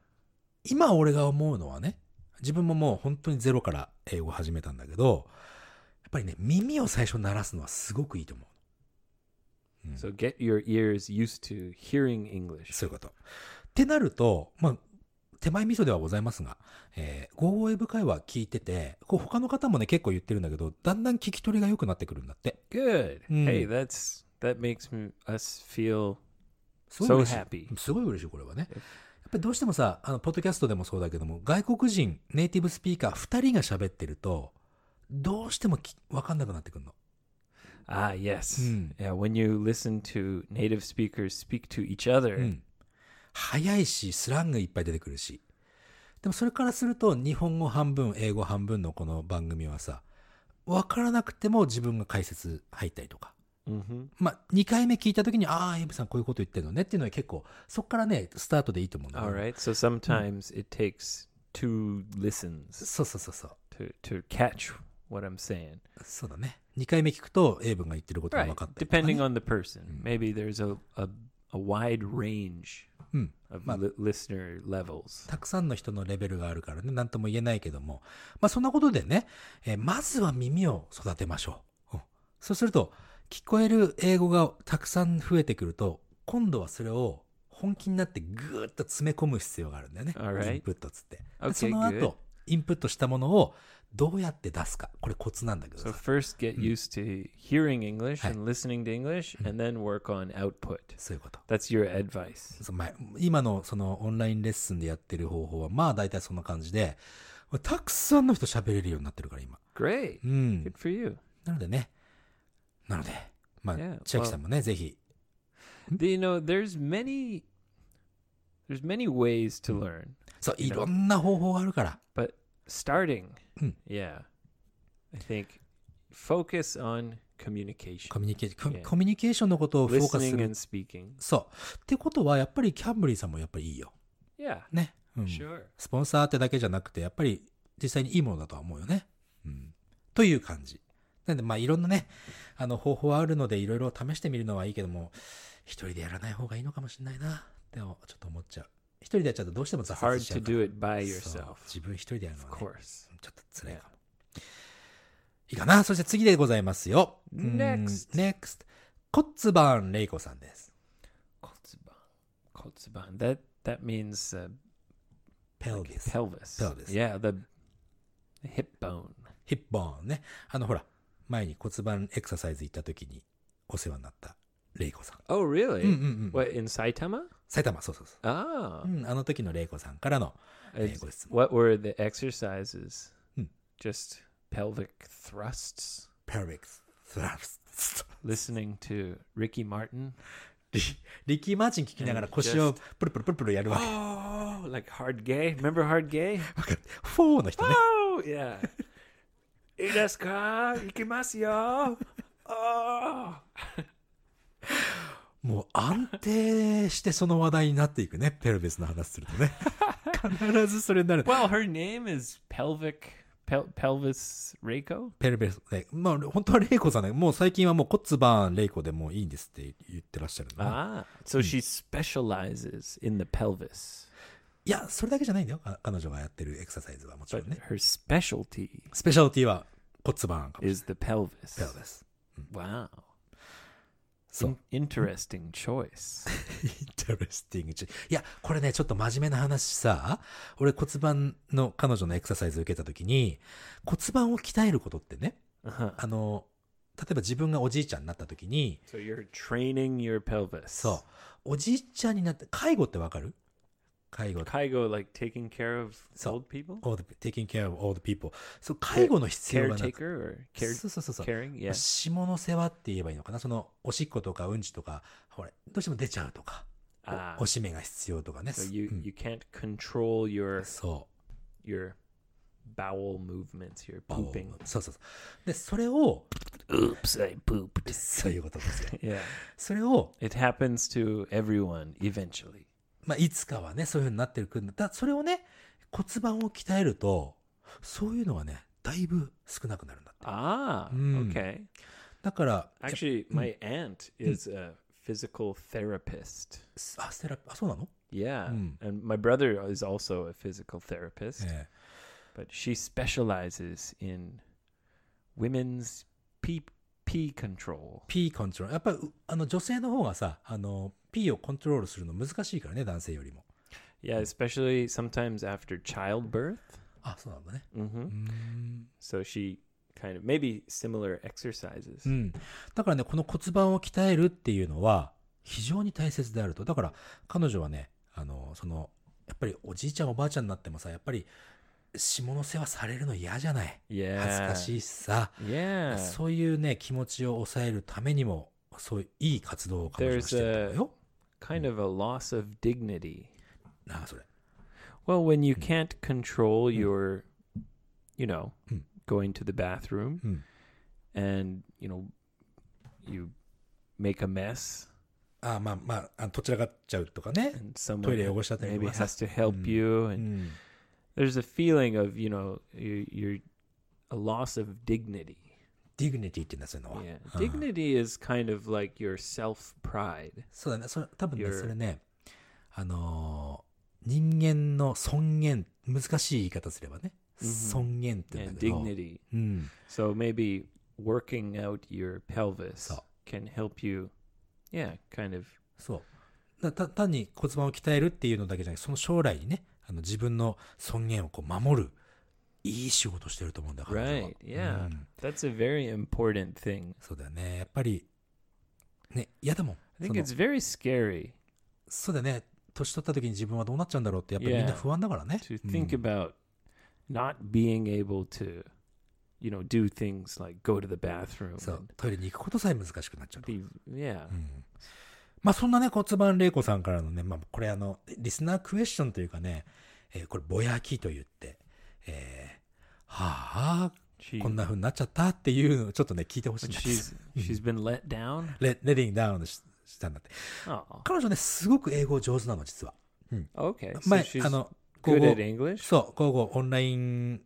Speaker 2: 今俺が思うのはね、自分ももう本当にゼロから英語を始めたんだけど、やっぱりね、耳を最初鳴らすのはすごくいいと思う。
Speaker 1: So get your ears used to hearing English.
Speaker 2: そういうこと。ってなると、まあ、手前味噌ではございますが、えー、ゴーゴーエブ会話聞いてて、こう他の方もね、結構言ってるんだけど、だんだん聞き取りが良くなってくるんだって。
Speaker 1: Good.
Speaker 2: Mm.
Speaker 1: Hey, that's that makes me, us feel
Speaker 2: すごい
Speaker 1: so
Speaker 2: 嬉しい
Speaker 1: happy.
Speaker 2: すごい嬉しい、これはね。やっぱりどうしてもさ、あの、ポッドキャストでもそうだけども、外国人、ネイティブスピーカー2人が喋ってると、どうしてもきわかんなくなってくるの。
Speaker 1: Ah, yes.
Speaker 2: Mm.
Speaker 1: Yeah, when you listen to native speakers speak to each other,
Speaker 2: うん。早いし、スラングいっぱい出てくるし。でもそれからすると、日本語半分、英語半分のこの番組はさ、わからなくても自分が解説入ったりとか。
Speaker 1: hmm
Speaker 2: まあ、2回目聞いた時に、ああ、エブさんこういうこと言ってるのねっていうのは結構、そっからね、スタートでいいと思うんだけ
Speaker 1: all
Speaker 2: ど
Speaker 1: right. So sometimes it takes two listens
Speaker 2: そうそうそうそう。
Speaker 1: to to catch what I'm saying.
Speaker 2: そうだね。2回目聞くと、英文が言ってることが
Speaker 1: Right. Hmm.
Speaker 2: 分かったりとかね
Speaker 1: Depending on the person, maybe there's a a, a wide range
Speaker 2: Mm.
Speaker 1: of
Speaker 2: Ma-
Speaker 1: li- listener levels.
Speaker 2: たくさんの人のレベルがあるからね、なんとも言えないけども。まあそんなことでね、えーまずは耳を育てましょう。うんそうすると、聞こえる英語がたくさん増えてくると、今度はそれを本気になってぐーっと詰め込む必要があるんだよね。
Speaker 1: Alright.
Speaker 2: インプットっつって。で
Speaker 1: Okay,
Speaker 2: その後、
Speaker 1: good.
Speaker 2: インプットしたものをどうやって出すか。これコツなんだけど
Speaker 1: So
Speaker 2: さ。
Speaker 1: first get used to hearing English
Speaker 2: Hi.
Speaker 1: and listening to English and then work on output.
Speaker 2: そういうこと。
Speaker 1: That's your advice.
Speaker 2: そうまあ今のそのオンラインレッスンでやってる方法は、まあ大体そんな感じで、たくさんの人喋れるようになってるから今。
Speaker 1: Great.
Speaker 2: うん。
Speaker 1: Good for you.
Speaker 2: なのでね。なので、まあ、
Speaker 1: Yeah,
Speaker 2: 千秋さんもね、ぜひ。
Speaker 1: Do You know, there's many there's many ways to learn,
Speaker 2: そう、
Speaker 1: you know.
Speaker 2: いろんな方法があるから。
Speaker 1: but starting,
Speaker 2: Mm.
Speaker 1: yeah. I think focus on communication.
Speaker 2: コミュニケーション、
Speaker 1: Yeah.
Speaker 2: コミュニケーションのことをフォーカスす
Speaker 1: listening
Speaker 2: る
Speaker 1: and。speaking.
Speaker 2: そう。ってことは、やっぱりキャンブリーさんもやっぱりいいよ。
Speaker 1: Yeah.
Speaker 2: ね。うん
Speaker 1: Sure.
Speaker 2: スポンサーってだけじゃなくて、やっぱり実際にいいものだとは思うよね。うん。という感じ。なんで、まあ、いろんなね、あの、方法はあるので、いろいろ試してみるのはいいけども、一人でやらない方がいいのかもしれないな、ってちょっと思っちゃう。一人でやっちゃうとどうしても
Speaker 1: It's
Speaker 2: 挫折
Speaker 1: hard
Speaker 2: しちゃ
Speaker 1: to
Speaker 2: うから。
Speaker 1: do it by
Speaker 2: そう
Speaker 1: yourself.
Speaker 2: 自分一人でやるの
Speaker 1: Of
Speaker 2: は、ね。
Speaker 1: course.
Speaker 2: ちょっと辛いかも。いいかなそして次でございますよ。
Speaker 1: Next.
Speaker 2: うん NEXT。骨盤玲子さんです。
Speaker 1: Kotsuban. Kotsuban. That that means uh,
Speaker 2: ペルビス。
Speaker 1: pelvis.
Speaker 2: Pelvis.
Speaker 1: Yeah, the the hip bone.
Speaker 2: ヒップボーンね。あの、ほら、前に骨盤エクササイズ行った時にお世話になった玲子さん。
Speaker 1: Oh, really?
Speaker 2: うんうんうん。
Speaker 1: What in Saitama?
Speaker 2: 埼玉、そうそうそ
Speaker 1: Ah,
Speaker 2: う。うん、あの時の玲子さんからの、えー
Speaker 1: It's-
Speaker 2: ご質問。
Speaker 1: what were the exercises?
Speaker 2: Hmm.
Speaker 1: Just pelvic thrusts.
Speaker 2: ペルビックス、スラ ス、ス
Speaker 1: Listening to Ricky Martin.
Speaker 2: リリキー・マーチン聞きながら腰をプルプルプルプルやるわけ。
Speaker 1: Oh, like hard gay. Remember hard gay?
Speaker 2: わかるフォーの人 ね。
Speaker 1: Oh, yeah. Ideska, ikimasu Oh.
Speaker 2: もう安定してその話題になっていくね。ペルビスの話すると ね。必ずそれになる。
Speaker 1: Well, her name is pelvic pel- pelvis Reiko.
Speaker 2: ペルビス、ね、まあ、本当はレイコさんね、もう最近はもう骨盤レイコでもういいんですって言ってらっしゃるの、
Speaker 1: Ah, so she specializes in the pelvis,
Speaker 2: いや、それだけじゃないんだよ。あ彼女がやってるエクササイズはもちろ
Speaker 1: but
Speaker 2: んね。
Speaker 1: her specialty
Speaker 2: スペシャルティは骨盤かもしれ
Speaker 1: is the pelvis.
Speaker 2: ない。ペルビス。
Speaker 1: Wow.
Speaker 2: そう
Speaker 1: In-。interesting choice.
Speaker 2: インタレスティング。ちょいや、これね、ちょっと真面目な話さ、俺骨盤の彼女のエクササイズ受けた時に、骨盤を鍛えることってね、
Speaker 1: Uh-huh.
Speaker 2: あの、例えば自分がおじいちゃんになった時に、
Speaker 1: So you're training your pelvis.
Speaker 2: そう、おじいちゃんになって、介護ってわかる介護
Speaker 1: Kaigo, like taking care of
Speaker 2: So-
Speaker 1: old people?
Speaker 2: all the, taking care of all the people. そう、介護の必要がなく
Speaker 1: Caretaker or care,
Speaker 2: そうそうそうそう。
Speaker 1: caring?
Speaker 2: まあ
Speaker 1: Yeah.
Speaker 2: 下の世話って言えばいいのかなその、おしっことかうんちとか、ほれ、どうしても出ちゃうとか、
Speaker 1: Ah,
Speaker 2: おしめが必要とかね。
Speaker 1: so you,
Speaker 2: うん
Speaker 1: you can't control your
Speaker 2: そ
Speaker 1: your bowel movements, your
Speaker 2: う。
Speaker 1: pooping.
Speaker 2: そうそうそう。で、それを、
Speaker 1: Oops, I pooped.
Speaker 2: そういうことですよ。
Speaker 1: Yeah.
Speaker 2: それを、
Speaker 1: It happens to everyone eventually.
Speaker 2: まあ、いつかはね、そういうふうになってくるんだ。だそれをね、骨盤を鍛えると、そういうのがね、だいぶ少なくなるんだって。
Speaker 1: Ah,
Speaker 2: Mm.
Speaker 1: okay.
Speaker 2: だから、
Speaker 1: Actually, my aunt is a physical therapist.
Speaker 2: あ、セラピあ、そうなの
Speaker 1: Yeah.
Speaker 2: Mm.
Speaker 1: And my brother is also a physical therapist,
Speaker 2: え
Speaker 1: but she specializes in women's PP control.
Speaker 2: え P コントロール。やっぱり、うあの、女性の方がさ、あの、P をコントロールするの難しいからね、男性よりも。
Speaker 1: Yeah, especially sometimes after childbirth.
Speaker 2: あ、そうなんだね。
Speaker 1: Mm-hmm.
Speaker 2: うーん。
Speaker 1: So she kind of maybe similar exercises.
Speaker 2: うん、だからねこの骨盤を鍛えるっていうのは非常に大切であるとだから彼女はねあのそのやっぱりおじいちゃんおばあちゃんになってもさやっぱり下の世話されるの嫌じゃない恥ず
Speaker 1: Yeah.
Speaker 2: かしいしさ
Speaker 1: Yeah.
Speaker 2: そういうね気持ちを抑えるためにもそういういい活動を彼女はしてるんだよ
Speaker 1: Kind of a loss of dignity.
Speaker 2: なあそれ
Speaker 1: Well, when you can't control your, you know,
Speaker 2: Mm.
Speaker 1: going to the bathroom
Speaker 2: うん
Speaker 1: and, you know, you make a mess
Speaker 2: あまあまああのどちらかっちゃうとかね
Speaker 1: and
Speaker 2: トイ
Speaker 1: someone
Speaker 2: レ汚しちゃったりと
Speaker 1: maybe
Speaker 2: かさ
Speaker 1: has to help
Speaker 2: Mm.
Speaker 1: you
Speaker 2: う
Speaker 1: and
Speaker 2: ん
Speaker 1: there's a feeling of, you know, you- you're a loss of dignity.
Speaker 2: ディグニティって言うんだそういうのは
Speaker 1: Yeah.
Speaker 2: うん
Speaker 1: Dignity is kind of like your self-pride.
Speaker 2: そうだね、それ多分ね、
Speaker 1: Your-
Speaker 2: それね、あのー人間の尊厳、難しい言い方すればね、
Speaker 1: うんうん
Speaker 2: 尊厳って言うん
Speaker 1: and
Speaker 2: だけど、
Speaker 1: dignity.
Speaker 2: うん、
Speaker 1: So maybe working out your pelvis
Speaker 2: So.
Speaker 1: can help you, yeah, kind of.
Speaker 2: そう。だた単に骨盤を鍛えるっていうのだけじゃなくて、その将来にね、あの自分の尊厳をこう守る、いい仕事してると思うんだから。彼女は
Speaker 1: Right, yeah.
Speaker 2: うん
Speaker 1: That's a very important thing.
Speaker 2: そうだよね。やっぱり、ね、嫌だもん。
Speaker 1: I think
Speaker 2: そ
Speaker 1: it's
Speaker 2: の
Speaker 1: very scary
Speaker 2: そうだよね。年取った時に自分はどうなっちゃうんだろうって、やっぱりみんな
Speaker 1: Yeah.
Speaker 2: 不安だからね。
Speaker 1: to think about not being able to, you know, do things like go to the bathroom.
Speaker 2: そう、トイレに行くことさえ難しくなっちゃう
Speaker 1: and。be, yeah.
Speaker 2: うんまあそんなね、骨盤玲子さんからのね、まあこれあの、リスナークエスチョンというかね、えーこれぼやきと言って、えーはあ、
Speaker 1: She,
Speaker 2: こんな風になっちゃったっていうのをちょっとね、聞いてほしいん
Speaker 1: when
Speaker 2: です。
Speaker 1: she's she's been let down.
Speaker 2: レレディングダウンししたんだって。
Speaker 1: Oh,
Speaker 2: 彼女ね、すごく英語上手なの、実は。
Speaker 1: okay. So
Speaker 2: 前、
Speaker 1: she's
Speaker 2: あの、
Speaker 1: good
Speaker 2: 午
Speaker 1: at
Speaker 2: 後
Speaker 1: English.
Speaker 2: そう、午後オンライン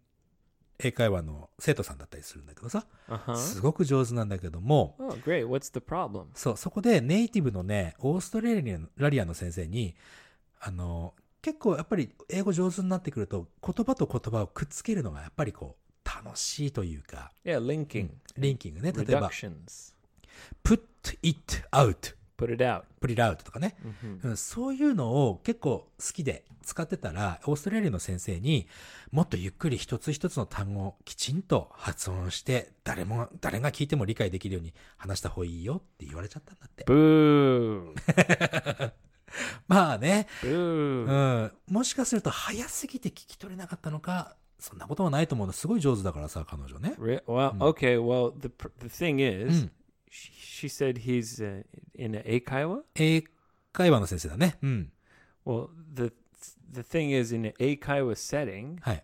Speaker 2: 英会話の生徒さんだったりするんだけどさ、
Speaker 1: Uh huh.
Speaker 2: すごく上手なんだけども、
Speaker 1: Oh, great. What's the problem?
Speaker 2: そう、そこでネイティブのね、オーストラリアのラリアの先生に、あの、結構やっぱり英語上手になってくると、言葉と言葉をくっつけるのがやっぱりこう、楽しいというか、
Speaker 1: Yeah, linking
Speaker 2: リンキングね、例えば、
Speaker 1: reductions.
Speaker 2: put it out,
Speaker 1: Put it out. Mm-hmm.
Speaker 2: put it out とかね、 うんそういうのを結構好きで使ってたら、オーストラリアの先生にもっとゆっくり一つ一つの単語をきちんと発音して、誰も、誰が聞いても理解できるように話した方がいいよって言われちゃったんだって。
Speaker 1: Boo.
Speaker 2: まあね、
Speaker 1: Boo.
Speaker 2: うん、もしかすると早すぎて聞き取れなかったのか、そんなことはないと思うの。すごい上手だからさ、彼女ね。
Speaker 1: Re- well, okay. Well, the pr- the thing is,
Speaker 2: Mm.
Speaker 1: she, she said he's uh, in Aikawa.
Speaker 2: 英会話の先生だね。うん。
Speaker 1: Well, the the thing is, in an Aikawa setting,
Speaker 2: はい。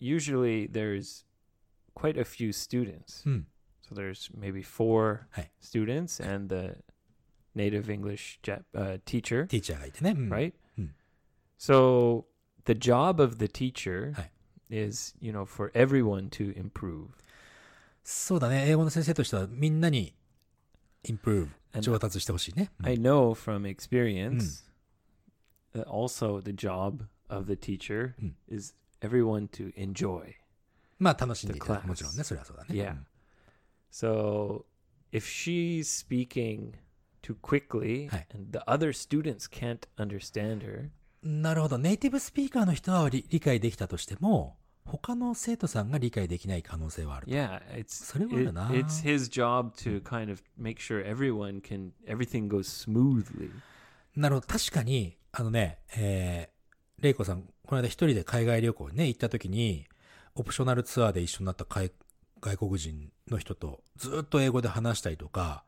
Speaker 1: usually there's quite a few students.
Speaker 2: うん。
Speaker 1: So there's maybe four
Speaker 2: Hey.
Speaker 1: students and the native English Jap- uh, teacher,
Speaker 2: ティーチャーがいてね。うん、
Speaker 1: right?
Speaker 2: Mm.
Speaker 1: So the job of the teacher
Speaker 2: Hey.
Speaker 1: is, you know, for everyone to improve.
Speaker 2: そうだね。英語の先生としてはみんなにインプルー
Speaker 1: And
Speaker 2: ブ、上達してほしいね。うん
Speaker 1: I know from experience
Speaker 2: Hmm.
Speaker 1: that also the job of the teacher
Speaker 2: Mm.
Speaker 1: is everyone to enjoy.
Speaker 2: まあ楽しんでい
Speaker 1: The
Speaker 2: ただ
Speaker 1: class.
Speaker 2: く。もちろんね。それはそうだね。
Speaker 1: Yeah. Mm-hmm. So if she's speaking too quickly
Speaker 2: Hi.
Speaker 1: and the other students can't understand her,
Speaker 2: うんなるほど。ネイティブスピーカーの人は理理解できたとしても、他の生徒さんが理解できない可能性はある。
Speaker 1: yeah, it's
Speaker 2: それはある
Speaker 1: it-
Speaker 2: な。
Speaker 1: it's his job to kind of make sure everyone can everything goes smoothly.
Speaker 2: なるほど。確かに、あのね、えー、レイコさん、この間一人で海外旅行にね、行った時に、オプショナルツアーで一緒になった海外国人の人とずっと英語で話したりとか、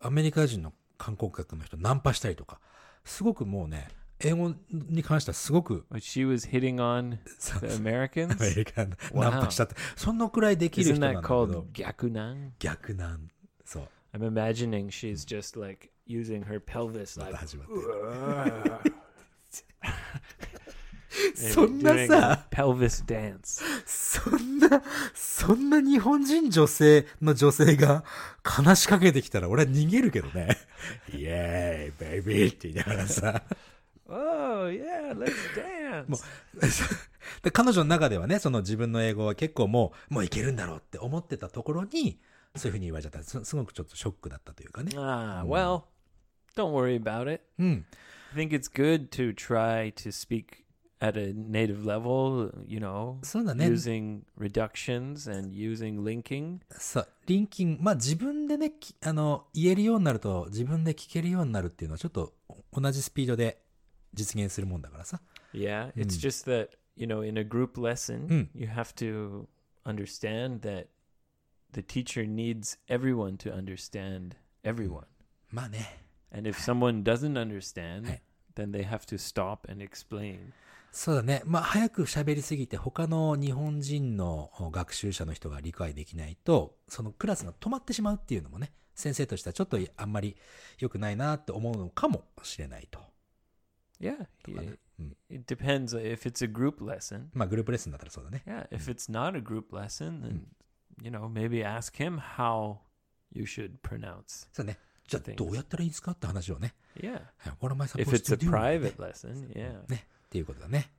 Speaker 2: アメリカ人の観光客の人ナンパしたりとか、すごくもうね、英語に関してはすごく、
Speaker 1: But she was hitting on
Speaker 2: そう
Speaker 1: the
Speaker 2: アメ
Speaker 1: Americans.
Speaker 2: リカの
Speaker 1: Wow
Speaker 2: ナンパしたって、そんなくらいできる
Speaker 1: Isn't
Speaker 2: 人なんだ
Speaker 1: that
Speaker 2: け
Speaker 1: called、
Speaker 2: ど
Speaker 1: gakunan?
Speaker 2: 逆なん。そう。
Speaker 1: I'm imagining she's just like using her pelvis
Speaker 2: ま
Speaker 1: like
Speaker 2: た始まって。
Speaker 1: and
Speaker 2: そんな
Speaker 1: eh, doing
Speaker 2: さ
Speaker 1: a pelvis dance.
Speaker 2: そんなそんな日本人女性の女性が話しかけてきたら俺は逃げるけどねイエーイベイビーって言いながらさ
Speaker 1: Oh yeah, let's dance.
Speaker 2: もう で彼女の中ではねその自分の英語は結構もうもういけるんだろうって思ってたところにそういうふうに言われちゃったすすごくちょっとショックだったというかね
Speaker 1: ah, well, don't worry about it.
Speaker 2: うん
Speaker 1: I think it's good to try to speak at a native level, you know,
Speaker 2: そうだね
Speaker 1: using reductions and using linking.
Speaker 2: さリンキンまあ自分でねきあの言えるようになると自分で聞けるようになるっていうのはちょっと同じスピードで実現するもんだからさ
Speaker 1: Yeah, it's
Speaker 2: Mm.
Speaker 1: just that, you know, in a group lesson,
Speaker 2: Mm.
Speaker 1: you have to understand that the teacher needs everyone to understand everyone.
Speaker 2: まあね
Speaker 1: And if someone doesn't understand,
Speaker 2: Hey.
Speaker 1: then they have to stop and explain.
Speaker 2: そうだねまあ早く喋りすぎて他の日本人のお学習者の人が理解できないとそのクラスが止まってしまうっていうのもね先生としてはちょっとあんまり良くないなって思うのかもしれないと。
Speaker 1: Yeah,
Speaker 2: とかね
Speaker 1: it,
Speaker 2: うん、
Speaker 1: it depends if it's a group lesson.
Speaker 2: まあグループレッスンだったらそうだね。
Speaker 1: Yeah, if it's not a group lesson, then
Speaker 2: Hmm.
Speaker 1: you know maybe ask him how you should pronounce.
Speaker 2: そうねじゃあ
Speaker 1: Things.
Speaker 2: どうやったらいいんですかって話をね。
Speaker 1: Yeah,
Speaker 2: はい What am I supposed
Speaker 1: if it's a
Speaker 2: to do?
Speaker 1: private lesson, yeah.
Speaker 2: ね。っていうことだね。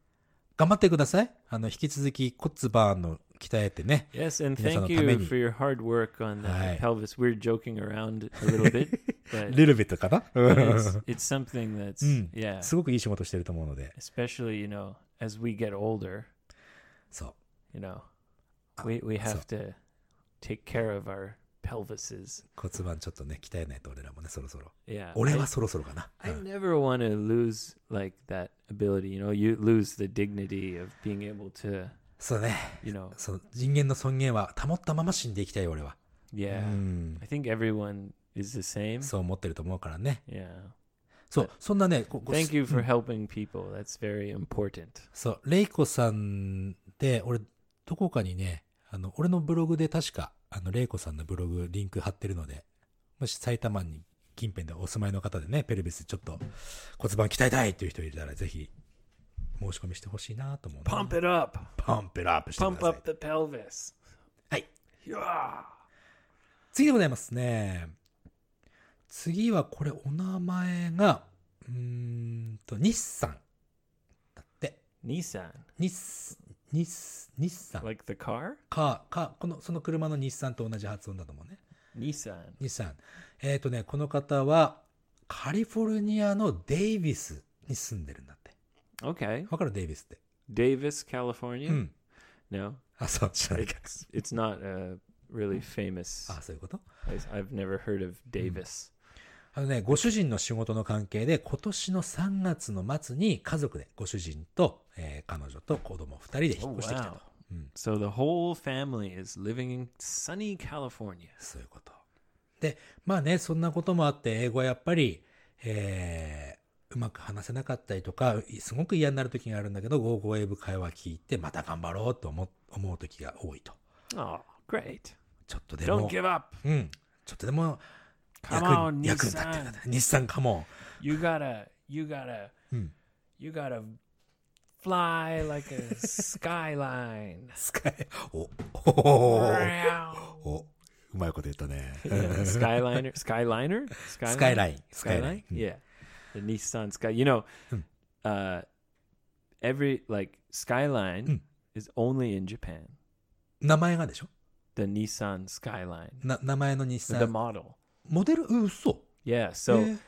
Speaker 2: 頑張ってください。あの、引き続き骨盤の鍛えてね。
Speaker 1: Yes, and
Speaker 2: 皆さんの
Speaker 1: thank you
Speaker 2: ために。
Speaker 1: for your hard work on the
Speaker 2: はい。
Speaker 1: pelvis. We're joking around a little bit, but
Speaker 2: ルルベットかな
Speaker 1: it's, it's something that's
Speaker 2: うん。
Speaker 1: yeah,
Speaker 2: すごくいい仕事してると思うので。
Speaker 1: especially you know as we get older,
Speaker 2: そう。
Speaker 1: you know,
Speaker 2: あ
Speaker 1: we we have to take care of our pelvises.
Speaker 2: 骨盤ちょっとね、鍛えないと俺らもね、そろそろ。
Speaker 1: Yeah,
Speaker 2: 俺
Speaker 1: I-
Speaker 2: はそろそろかな。
Speaker 1: I
Speaker 2: うん
Speaker 1: never want to lose like that ability. You know, you lose the dignity of being able to,
Speaker 2: そうね。
Speaker 1: you know,
Speaker 2: その人間の尊厳は保ったまま死んでいきたいよ、俺は。う
Speaker 1: yeah.
Speaker 2: ん
Speaker 1: I。think everyone is the same.
Speaker 2: そう思ってると思うからね。
Speaker 1: Yeah.
Speaker 2: そう、そんなね、ここ
Speaker 1: Thank you for helping people. That's very important.
Speaker 2: そう、レイコさんで、俺、どこかにね、あの、俺のブログで確か、あの、レイコさんのブログ、リンク貼ってるので、もし埼玉に近辺でお住まいの方でね、ペルビスちょっと骨盤鍛えたいっていう人いたら、ぜひ、申し込みしてほしいなと思うな。
Speaker 1: Pump it up.
Speaker 2: パンプラップしてくだ
Speaker 1: Pump
Speaker 2: さ
Speaker 1: up。
Speaker 2: い
Speaker 1: the pelvis.
Speaker 2: はい。
Speaker 1: Yeah.
Speaker 2: 次でございますね。次はこれ、お名前が、うーんと、日産。だって、
Speaker 1: Nissan.
Speaker 2: 日ス、日ス、日産。
Speaker 1: Like the car?
Speaker 2: か、か、この、その車の日産と同じ発音だと思うね。
Speaker 1: Nissan.
Speaker 2: 日産。えっ、とね、この方は、カリフォルニアのデイビスに住んでるんだって。
Speaker 1: Okay. Hmm.
Speaker 2: わかるデイビスって。
Speaker 1: Davis, California?
Speaker 2: うん。
Speaker 1: No.
Speaker 2: あ、そう、知らないか。
Speaker 1: It's, it's not a really famous
Speaker 2: あ、そういうこと。
Speaker 1: place. I've never heard of Davis.
Speaker 2: あのね、ご主人の仕事の関係で、今年の3月の末に家族で、ご主人と、えー彼女と子供2人で引っ越してきた
Speaker 1: Oh,
Speaker 2: と
Speaker 1: wow.。So the whole family is living in sunny California.
Speaker 2: そういうこと。で、まあね、そんなこともあって、英語はやっぱり、えーうまく話せなかったりとか、すごく嫌になる時があるんだけど、ゴーゴー英語会話聞いて、また頑張ろうと思う思う時が多いと。
Speaker 1: Oh, great.
Speaker 2: ちょっとで
Speaker 1: Don't
Speaker 2: も、
Speaker 1: give up.
Speaker 2: うん、ちょっとでも
Speaker 1: Come
Speaker 2: 役
Speaker 1: on,
Speaker 2: に役に立ってる
Speaker 1: Nissan.
Speaker 2: 日産かも。
Speaker 1: You gotta, you gotta,
Speaker 2: Hmm.
Speaker 1: you gotta fly like a skyline.
Speaker 2: スカイ、お、おお
Speaker 1: Meow.
Speaker 2: お、うまいこと言ったね。
Speaker 1: Yeah, skyliner, skyliner,
Speaker 2: スカイライン、 スカイラ
Speaker 1: skyline.
Speaker 2: イン。
Speaker 1: Yeah, the Nissan Sky. You know, uh, every like skyline
Speaker 2: Hmm.
Speaker 1: is only in Japan.
Speaker 2: 名前がでしょ
Speaker 1: The Nissan Skyline,
Speaker 2: な名前の日
Speaker 1: the
Speaker 2: 産。
Speaker 1: model.
Speaker 2: モデル、う嘘。
Speaker 1: Yeah. So.
Speaker 2: えー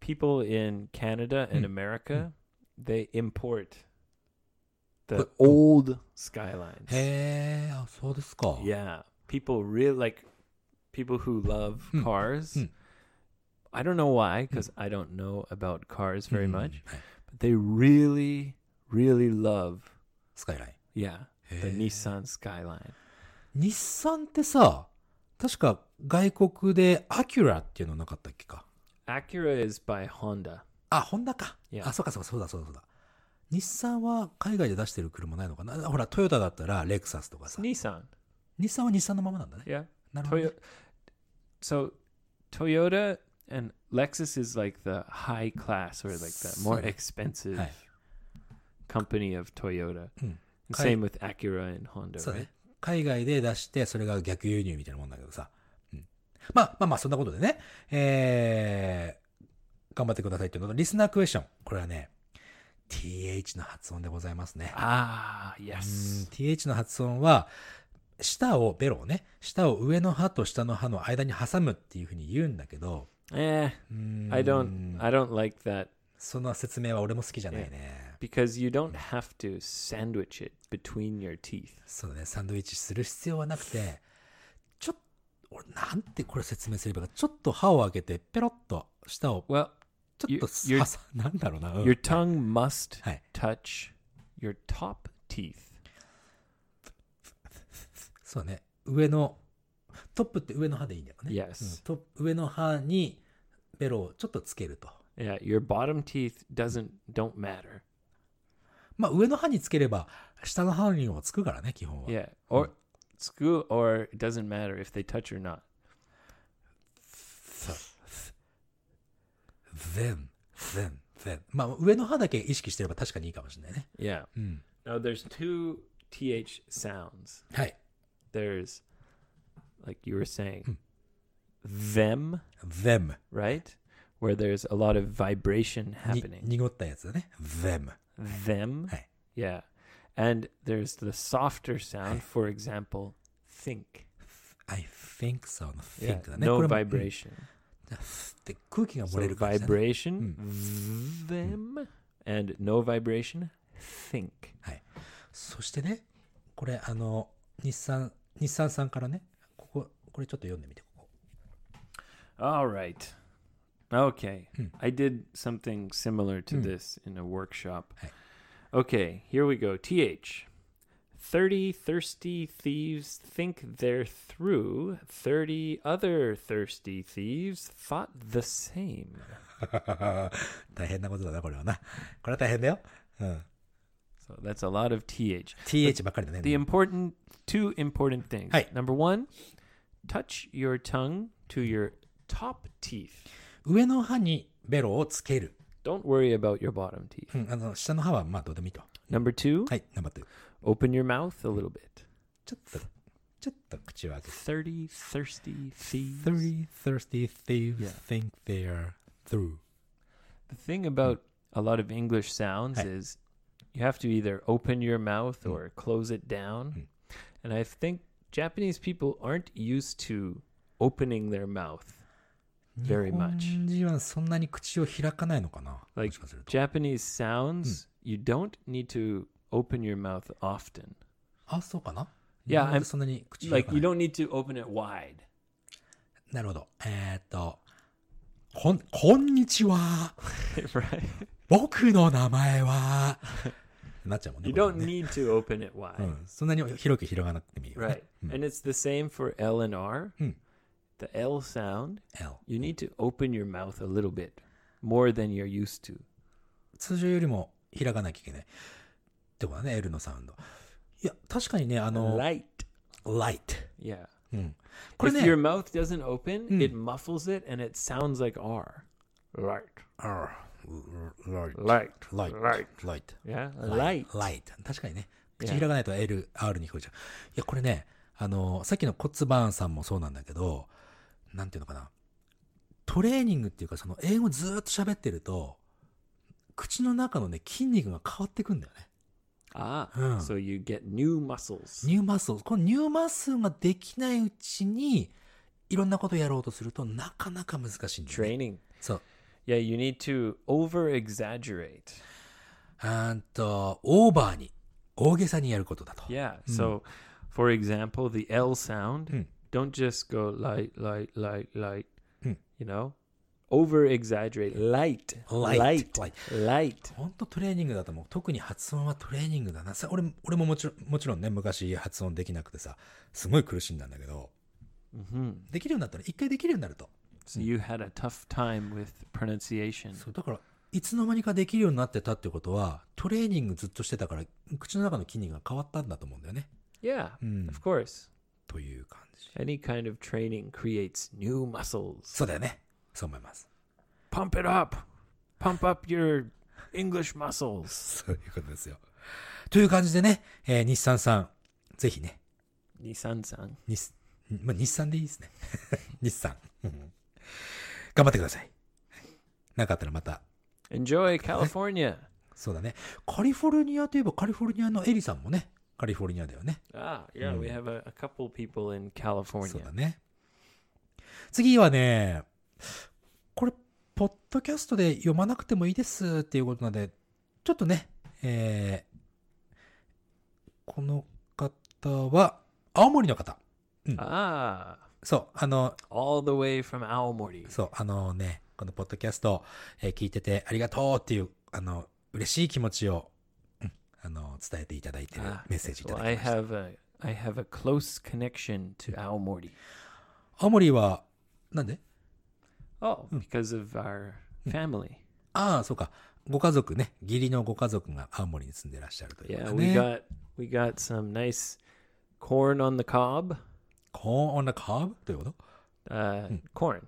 Speaker 1: people in Canada and
Speaker 2: Mm.
Speaker 1: America they import the
Speaker 2: But-
Speaker 1: old skylines.
Speaker 2: へえ、あ、そうですか。
Speaker 1: Yeah, people really like people who love
Speaker 2: Mm.
Speaker 1: cars.
Speaker 2: Mm.
Speaker 1: I don't know why because I don't know about cars very
Speaker 2: うん
Speaker 1: much,
Speaker 2: はい
Speaker 1: but they really really love
Speaker 2: スカイライン。
Speaker 1: yeah the
Speaker 2: Eh.
Speaker 1: Nissan Skyline.
Speaker 2: 日産ってさ、確か外国でアキュラっていうのなかったっけか。
Speaker 1: Acura is by Honda.
Speaker 2: あ、ホンダか。
Speaker 1: いや
Speaker 2: あ、そうかそうか、そうだそうだそうだ。日産は海外で出してる車ないのかなほら、トヨタだったらレクサスとか
Speaker 1: It's
Speaker 2: さ。
Speaker 1: Nissan.
Speaker 2: 日産は日産のままなんだね。
Speaker 1: Yeah.
Speaker 2: なるほどね、
Speaker 1: Toyo- so Toyota and Lexus is like the high class or like the more
Speaker 2: Sorry.
Speaker 1: expensive
Speaker 2: Hi.
Speaker 1: company of Toyota.
Speaker 2: うん。
Speaker 1: And
Speaker 2: はい。
Speaker 1: Same with Acura and Honda.
Speaker 2: そうだ
Speaker 1: right?
Speaker 2: ね。海外で出して、それが逆輸入みたいなもんだけどさ。うん、まあまあまあ、そんなことでね。えー、頑張ってくださいっていうのと、リスナークエスチョン。これはね、th の発音でございますね。
Speaker 1: Ah,
Speaker 2: うん
Speaker 1: yes.
Speaker 2: th の発音は、舌を、ベロをね、舌を上の歯と下の歯の間に挟むっていうふうに言うんだけど、
Speaker 1: Eh,
Speaker 2: うーん
Speaker 1: I don't. I don't like that
Speaker 2: その説明は俺も好きじゃないね。
Speaker 1: because you don't have to sandwich it between your teeth.
Speaker 2: そうだね、サンドイッチする必要はなくて、ちょっと、俺なんてこれ説明すればいいか、ちょっと歯を開けて、ペロッと舌を、
Speaker 1: Well,
Speaker 2: ちょっとさ、
Speaker 1: your-
Speaker 2: さ なんだろうな、うん
Speaker 1: your tongue must
Speaker 2: はい。
Speaker 1: touch your top teeth.
Speaker 2: そうね、上の、トップって上の歯でいいんだよね。
Speaker 1: Yes.
Speaker 2: うんと上の歯にベロをちょっとつけると。
Speaker 1: Yeah, your bottom teeth doesn't don't matter.
Speaker 2: まあ上の歯につければ、下の歯にもつくからね、基本は。
Speaker 1: Yeah, or it's good, or it doesn't matter if they touch or not.
Speaker 2: then, then, then. まあ上の歯だけ意識してれば確かにいいかもしれないね。
Speaker 1: Yeah.
Speaker 2: うん。
Speaker 1: Now there's two th sounds.
Speaker 2: はい。
Speaker 1: There's like you were
Speaker 2: Hmm.
Speaker 1: saying them,
Speaker 2: them.
Speaker 1: right? Where there's a lot of vibration
Speaker 2: に
Speaker 1: happening.
Speaker 2: 濁ったやつだね。them.
Speaker 1: Them.
Speaker 2: Hey.
Speaker 1: Yeah. And there's the softer sound, for example, think.
Speaker 2: I think so の
Speaker 1: Yeah,
Speaker 2: think だね。
Speaker 1: no
Speaker 2: これも
Speaker 1: vibration.
Speaker 2: うんって空気が漏
Speaker 1: So
Speaker 2: れる感じだね
Speaker 1: vibration,
Speaker 2: Hmm.
Speaker 1: them, and no vibration, think.
Speaker 2: はい。そしてね、これあの、日産、日産さんからね、ここ、これちょっと読んでみて、こ こ。
Speaker 1: All right. Okay.
Speaker 2: Hmm.
Speaker 1: I did something similar to this in a workshop.
Speaker 2: Hey.
Speaker 1: Okay, here we go. TH. 30 thirsty thieves think they're through. 30 other thirsty thieves thought the same.
Speaker 2: 大変なことだな、これはな。これは大変だよ。うん。
Speaker 1: So that's a lot of TH.
Speaker 2: th ばっかりだね。
Speaker 1: The important two important things.
Speaker 2: Hey.
Speaker 1: Number one, touch your tongue to your top teeth.
Speaker 2: 上の歯にベロをつける。
Speaker 1: Don't worry about your bottom teeth.
Speaker 2: うん、あの、下の歯はまあどうでもいいと。
Speaker 1: Number two,
Speaker 2: はい、頑張って。
Speaker 1: open your mouth a little bit.
Speaker 2: ちょっと、ちょっと口を開けて。
Speaker 1: Thirty thirsty thieves.
Speaker 2: Three thirsty thieves
Speaker 1: Yeah.
Speaker 2: think they're through.
Speaker 1: The thing about a lot of English sounds
Speaker 2: Hey.
Speaker 1: is you have to either open your mouth or close it down. And I think Japanese people aren't used to opening their mouth very
Speaker 2: 日
Speaker 1: much.
Speaker 2: 本人はそんなに口を開かないのかな、も
Speaker 1: Like
Speaker 2: しかすると。
Speaker 1: Japanese sounds, you don't need to open your mouth often.
Speaker 2: あ、そうかな
Speaker 1: Yeah,
Speaker 2: 日本
Speaker 1: I'm-
Speaker 2: でそんなに口開
Speaker 1: Like
Speaker 2: か
Speaker 1: you
Speaker 2: ない。
Speaker 1: don't need to open it wide.
Speaker 2: なるほど。えーっと、こん、こんにちは。
Speaker 1: right?
Speaker 2: 僕の名前は。なっちゃうもんね。
Speaker 1: You
Speaker 2: これ
Speaker 1: don't
Speaker 2: もね
Speaker 1: need to open it wide.
Speaker 2: うん、そんなに広く広がなくてもいいよね。
Speaker 1: Right. And it's the same for L and R.
Speaker 2: Hmm.
Speaker 1: The L sound,
Speaker 2: L
Speaker 1: you need to open your mouth a little bit more than you're used to.
Speaker 2: 通常よりも開かなきゃいけない。ってことだね、L のサウンド。いや、確かにね、あの、
Speaker 1: Light.
Speaker 2: ライト。
Speaker 1: Yeah.
Speaker 2: うん。これ
Speaker 1: if your
Speaker 2: ね、
Speaker 1: mouth doesn't open, it muffles it and it sounds like R. Light.
Speaker 2: あーライト。
Speaker 1: Light.
Speaker 2: ライト。ライト。
Speaker 1: Yeah. Light.
Speaker 2: ライト。確かにね。
Speaker 1: Yeah.
Speaker 2: 口開かないと L、R に聞こえちゃう。いや、これね、あの、さっきのコツバーンさんもそうなんだけど、なんていうのかな。トレーニングっていうか、その、英語ずーっと喋ってると、口の中のね、筋肉が変わってくんだよね。
Speaker 1: Ah.
Speaker 2: Hmm.
Speaker 1: So you get new muscles.
Speaker 2: ニューマッスル。このニューマッスルができないうちに、いろんなことをやろうとすると、なかなか難しいんだよね。
Speaker 1: Training.
Speaker 2: そう。
Speaker 1: Yeah, you need to over exaggerate.
Speaker 2: うーんと、オーバーに、大げさにやることだと。
Speaker 1: Yeah. So, for example, the L sound, don't just go light, light, light, light. You know, over exaggerate. Light, light,
Speaker 2: Light, light.
Speaker 1: light.
Speaker 2: 本当トレーニングだと思う。特に発音はトレーニングだな。さ俺も俺ももちろんもちろんね、昔発音できなくてさ、すごい苦しんだんだけど、できるようになったら、一回できるようになると。
Speaker 1: So you had a tough time with pronunciation.
Speaker 2: そう、だから、いつの間にかできるようになってたってことは、トレーニングずっとしてたから、口の中の筋肉が変わったんだと思うんだよね。
Speaker 1: Yeah, of course.
Speaker 2: という感じ。
Speaker 1: Any kind of training creates new muscles.
Speaker 2: そうだよね。そう思います。
Speaker 1: Pump it up. Pump up your English muscles.
Speaker 2: そういうことですよ。という感じでね、えー日産さん、ぜひね、
Speaker 1: Nissan-san.
Speaker 2: 日す、まあ、日産でいいですね。 日産。うん頑張ってください。なかったらまた。
Speaker 1: Enjoy California.
Speaker 2: そうだね。カリフォルニアといえばカリフォルニアのエリさんもね、カリフォルニアだよね。
Speaker 1: ah, yeah, we have a, a couple people in
Speaker 2: そうだ
Speaker 1: California.
Speaker 2: ね。次はね、これ、ポッドキャストで読まなくてもいいですっていうことなんで、ちょっとね、えーこの方は、青森の方。
Speaker 1: Ah,
Speaker 2: そう、あの、
Speaker 1: all the way from Aomori.
Speaker 2: そう、あのね、このポッドキャスト、えー聞いててありがとうっていう、あの、嬉しい気持ちを、うんあの、伝えていただいてる
Speaker 1: Ah,
Speaker 2: メッセージい
Speaker 1: so
Speaker 2: ただき
Speaker 1: I Hmm.
Speaker 2: ました。
Speaker 1: have a I have a close connection to Aomori.
Speaker 2: 青森は、なんで
Speaker 1: Oh, Hmm. because of our family.
Speaker 2: ああ、そうか。ご家族ね、義理のご家族が青森に住んでらっしゃるという
Speaker 1: Yeah,
Speaker 2: か
Speaker 1: we
Speaker 2: ね。
Speaker 1: got we got some nice corn on the cob.
Speaker 2: コーン on the cob? どういうこと
Speaker 1: Uh, corn,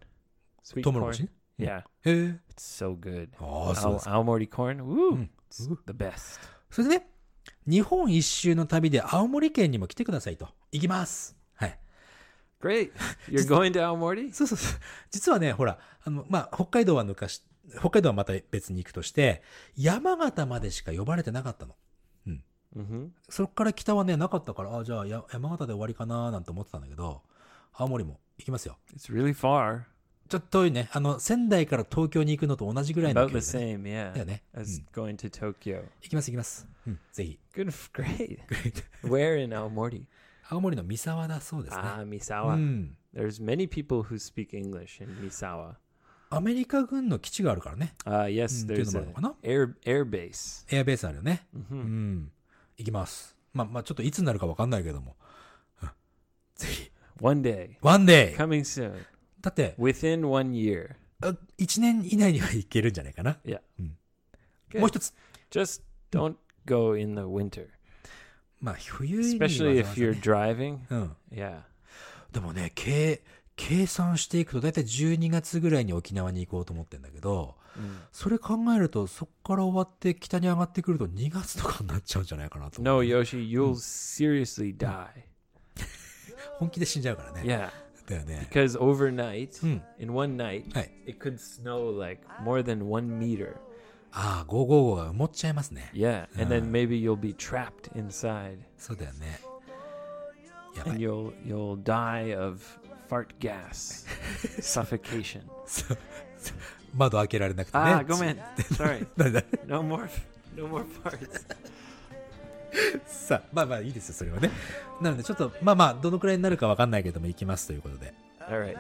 Speaker 1: sweet
Speaker 2: トウモロコ
Speaker 1: corn.
Speaker 2: シ
Speaker 1: Yeah,
Speaker 2: へえ。
Speaker 1: it's so good.
Speaker 2: ああ、そう
Speaker 1: Al-
Speaker 2: です。
Speaker 1: Aomori corn, woo, it's
Speaker 2: Ooh.
Speaker 1: the best.
Speaker 2: それでね、日本一周の旅で青森県にも来てくださいと。行きます。はい。
Speaker 1: Great, you're going to Aomori?
Speaker 2: そうそうそう。実はね、ほら、あの、まあ、北海道は抜かし、北海道はまた別に行くとして、山形までしか呼ばれてなかったの。
Speaker 1: Mm-hmm.
Speaker 2: そこから北はね、なかったから、あじゃあや山形で終わりかななんて思ってたんだけど、青森も行きますよ。
Speaker 1: It's really far.
Speaker 2: ちょっと遠いね。あの、仙台から東京に行くのと同じぐらいの
Speaker 1: About
Speaker 2: 距離
Speaker 1: the
Speaker 2: でね、
Speaker 1: same, yeah, Hmm.
Speaker 2: Yeah, ne?
Speaker 1: as going to Tokyo.
Speaker 2: 行きます行きます。うん、ぜひ。
Speaker 1: Good, f- great. Where in Aomori?
Speaker 2: 青森の三沢だそうですね。
Speaker 1: Ah,
Speaker 2: う
Speaker 1: Misawa.
Speaker 2: ん。
Speaker 1: There's many people who speak English in Misawa.
Speaker 2: アメリカ軍の基地があるからね。
Speaker 1: Uh, yes,
Speaker 2: Mm,
Speaker 1: there's
Speaker 2: Tino
Speaker 1: an
Speaker 2: Marocco, no?
Speaker 1: air air base.
Speaker 2: エアベースあるよね。
Speaker 1: Mhm.
Speaker 2: うん。行きます。まあまあ、ちょっといつになるかわかんないけども。うん、ぜひ。
Speaker 1: One day,
Speaker 2: ワンデイ
Speaker 1: coming soon,
Speaker 2: だって、
Speaker 1: within one year.
Speaker 2: 1年以内には行けるんじゃないかな。
Speaker 1: Yeah.
Speaker 2: もう一つ。
Speaker 1: Just don't go in the winter,
Speaker 2: まあ、冬にわざわ
Speaker 1: especially
Speaker 2: ざ
Speaker 1: if you're
Speaker 2: ね
Speaker 1: driving.
Speaker 2: うん。
Speaker 1: Yeah.
Speaker 2: でもね、計、計算していくと、だいたい12月ぐらいに沖縄に行こうと思ってんだけど、それ考えると、そこから終わって北に上がってくると2月とかになっちゃうんじゃないかなと思
Speaker 1: No,
Speaker 2: う。
Speaker 1: Yoshi, you'll seriously die.
Speaker 2: 本気で死んじゃうからね。
Speaker 1: Yeah,
Speaker 2: だよね。
Speaker 1: because overnight,
Speaker 2: Mm.
Speaker 1: in one night,
Speaker 2: はい。
Speaker 1: it could snow like more than one meter.
Speaker 2: ああ、555が埋もっちゃいますね。
Speaker 1: Yeah, and then maybe you'll be trapped inside,
Speaker 2: そうだよね。やば
Speaker 1: and
Speaker 2: い。
Speaker 1: you'll you'll die of fart gas, suffocation.
Speaker 2: そうそう窓開けられなくてね。
Speaker 1: Ah, go man. Sorry.
Speaker 2: なん だ
Speaker 1: No more. No more parts.
Speaker 2: さあ、まあまあいいですよ、それはね。なので、ちょっと、まあまあ、どのくらいになるかわかんないけども、行きますということで。
Speaker 1: All right.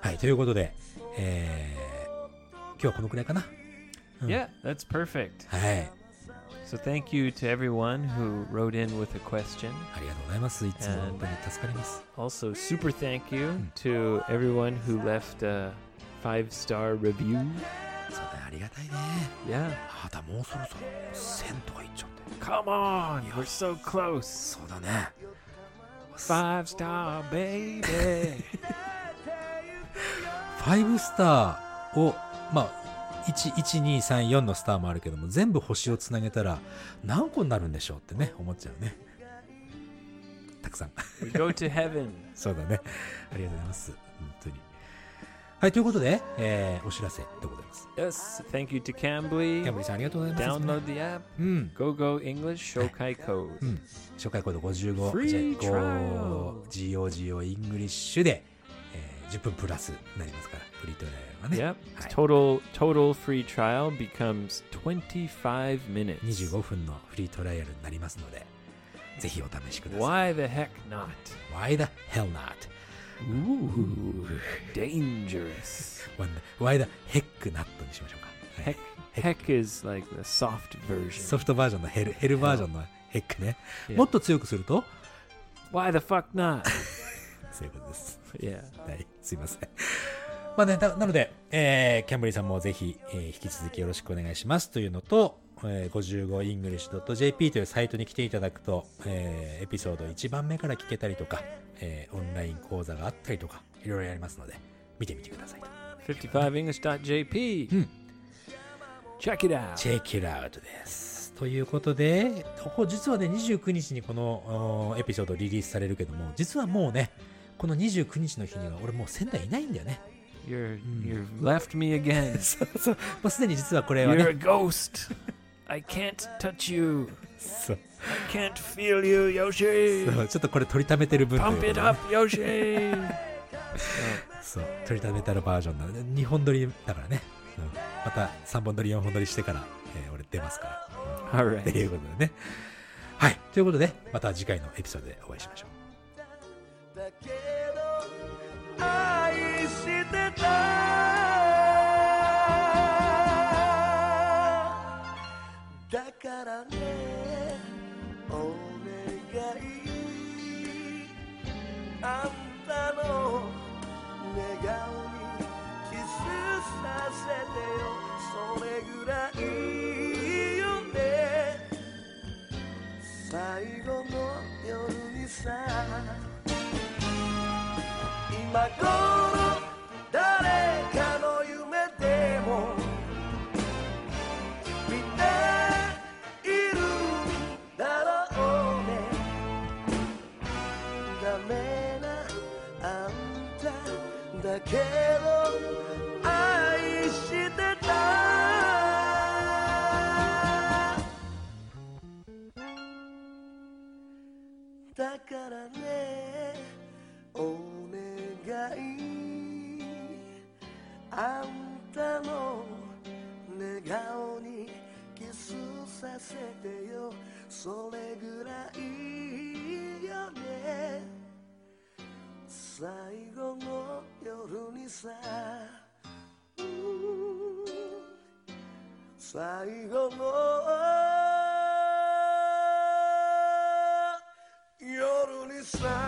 Speaker 2: はい、ということで、えー、今日はこのくらいかな。
Speaker 1: Yeah, that's perfect.
Speaker 2: はい。
Speaker 1: So thank you to everyone who wrote in with a question.
Speaker 2: ありがとうございます。いつも本当に助かります。
Speaker 1: Also, super thank you to everyone who left a five star review.
Speaker 2: そうだね、ありがたいね。
Speaker 1: Yeah.
Speaker 2: あだ、もうそろそろ、1000とかいっちゃうんだよ。
Speaker 1: Come on, we're so close.
Speaker 2: そうだね。
Speaker 1: Five star, baby.
Speaker 2: 5スターを、まあ、11234のスターもあるけども全部星をつなげたら何個になるんでしょうってね思っちゃうねたくさん
Speaker 1: we go to heaven.
Speaker 2: そうだねありがとうございます本当にはいということで、えーお知らせでございます
Speaker 1: Yes. Thank you to
Speaker 2: キ
Speaker 1: Cambly.
Speaker 2: ャンブリーさんありがとうございます
Speaker 1: Download the app.
Speaker 2: うん
Speaker 1: Go Go English Shokai Code.
Speaker 2: Hmm. 紹介コード
Speaker 1: Free trial
Speaker 2: 55GOGO イングリッシュで、えー10分プラスになりますからフリートライアルはね、
Speaker 1: Yep.
Speaker 2: Hi.
Speaker 1: Total total free trial becomes 25 minutes.
Speaker 2: 25分のフリートライアルになりますのでぜひお試しください
Speaker 1: Why the heck not?
Speaker 2: Why the hell not?
Speaker 1: Ooh, dangerous.
Speaker 2: When the- Why the heck not にしましょうか。はい
Speaker 1: Heck, heck is like the soft version.
Speaker 2: ソフトバージョンのヘル、ヘルバージョンのヘックね。
Speaker 1: Yeah.
Speaker 2: もっと強くすると、
Speaker 1: Why the fuck not?
Speaker 2: そういうことです。
Speaker 1: yeah.
Speaker 2: はい、すいません。 まあね、ななので、えーキャンブリーさんもぜひ、えー引き続きよろしくお願いしますというのと、えー 55english.jp というサイトに来ていただくと、えーエピソード1番目から聞けたりとか、えーオンライン講座があったりとか、いろいろやりますので、見てみてくださいと。
Speaker 1: 55english.jp.
Speaker 2: Hmm.
Speaker 1: Check it out.
Speaker 2: チェキラウトです。ということで、ここ実はね、29日にこのおーエピソードリリースされるけども、実はもうね、この29日の日には俺もう仙台いないんだよね。
Speaker 1: You're you've
Speaker 2: Mm.
Speaker 1: left me again.
Speaker 2: そうそう。もうすでに実はこれは
Speaker 1: You're
Speaker 2: ね、
Speaker 1: a ghost. I can't touch you.
Speaker 2: そう。
Speaker 1: I can't feel you, Yoshi.
Speaker 2: そうちょっとこれ取りためてる分という
Speaker 1: Pump
Speaker 2: こと
Speaker 1: it
Speaker 2: で
Speaker 1: up, Yoshi.
Speaker 2: そう取りためたるバージョンなので2本撮りだからね、うんまた3本撮り4本撮りしてから、えー俺出ますから、
Speaker 1: All
Speaker 2: うんって
Speaker 1: right.
Speaker 2: いうことでねはいということでまた次回のエピソードでお会いしましょう
Speaker 3: だけど愛してただからねお願いあんたの願顔にキスさせてよそれぐらいよね最後の夜にさ今頃誰かの夢でも見ているんだろうねダメなあんただけど愛してただからねお願いあんたの寝顔にキスさせてよそれぐらいよね最後の夜にさうん最後の夜にさ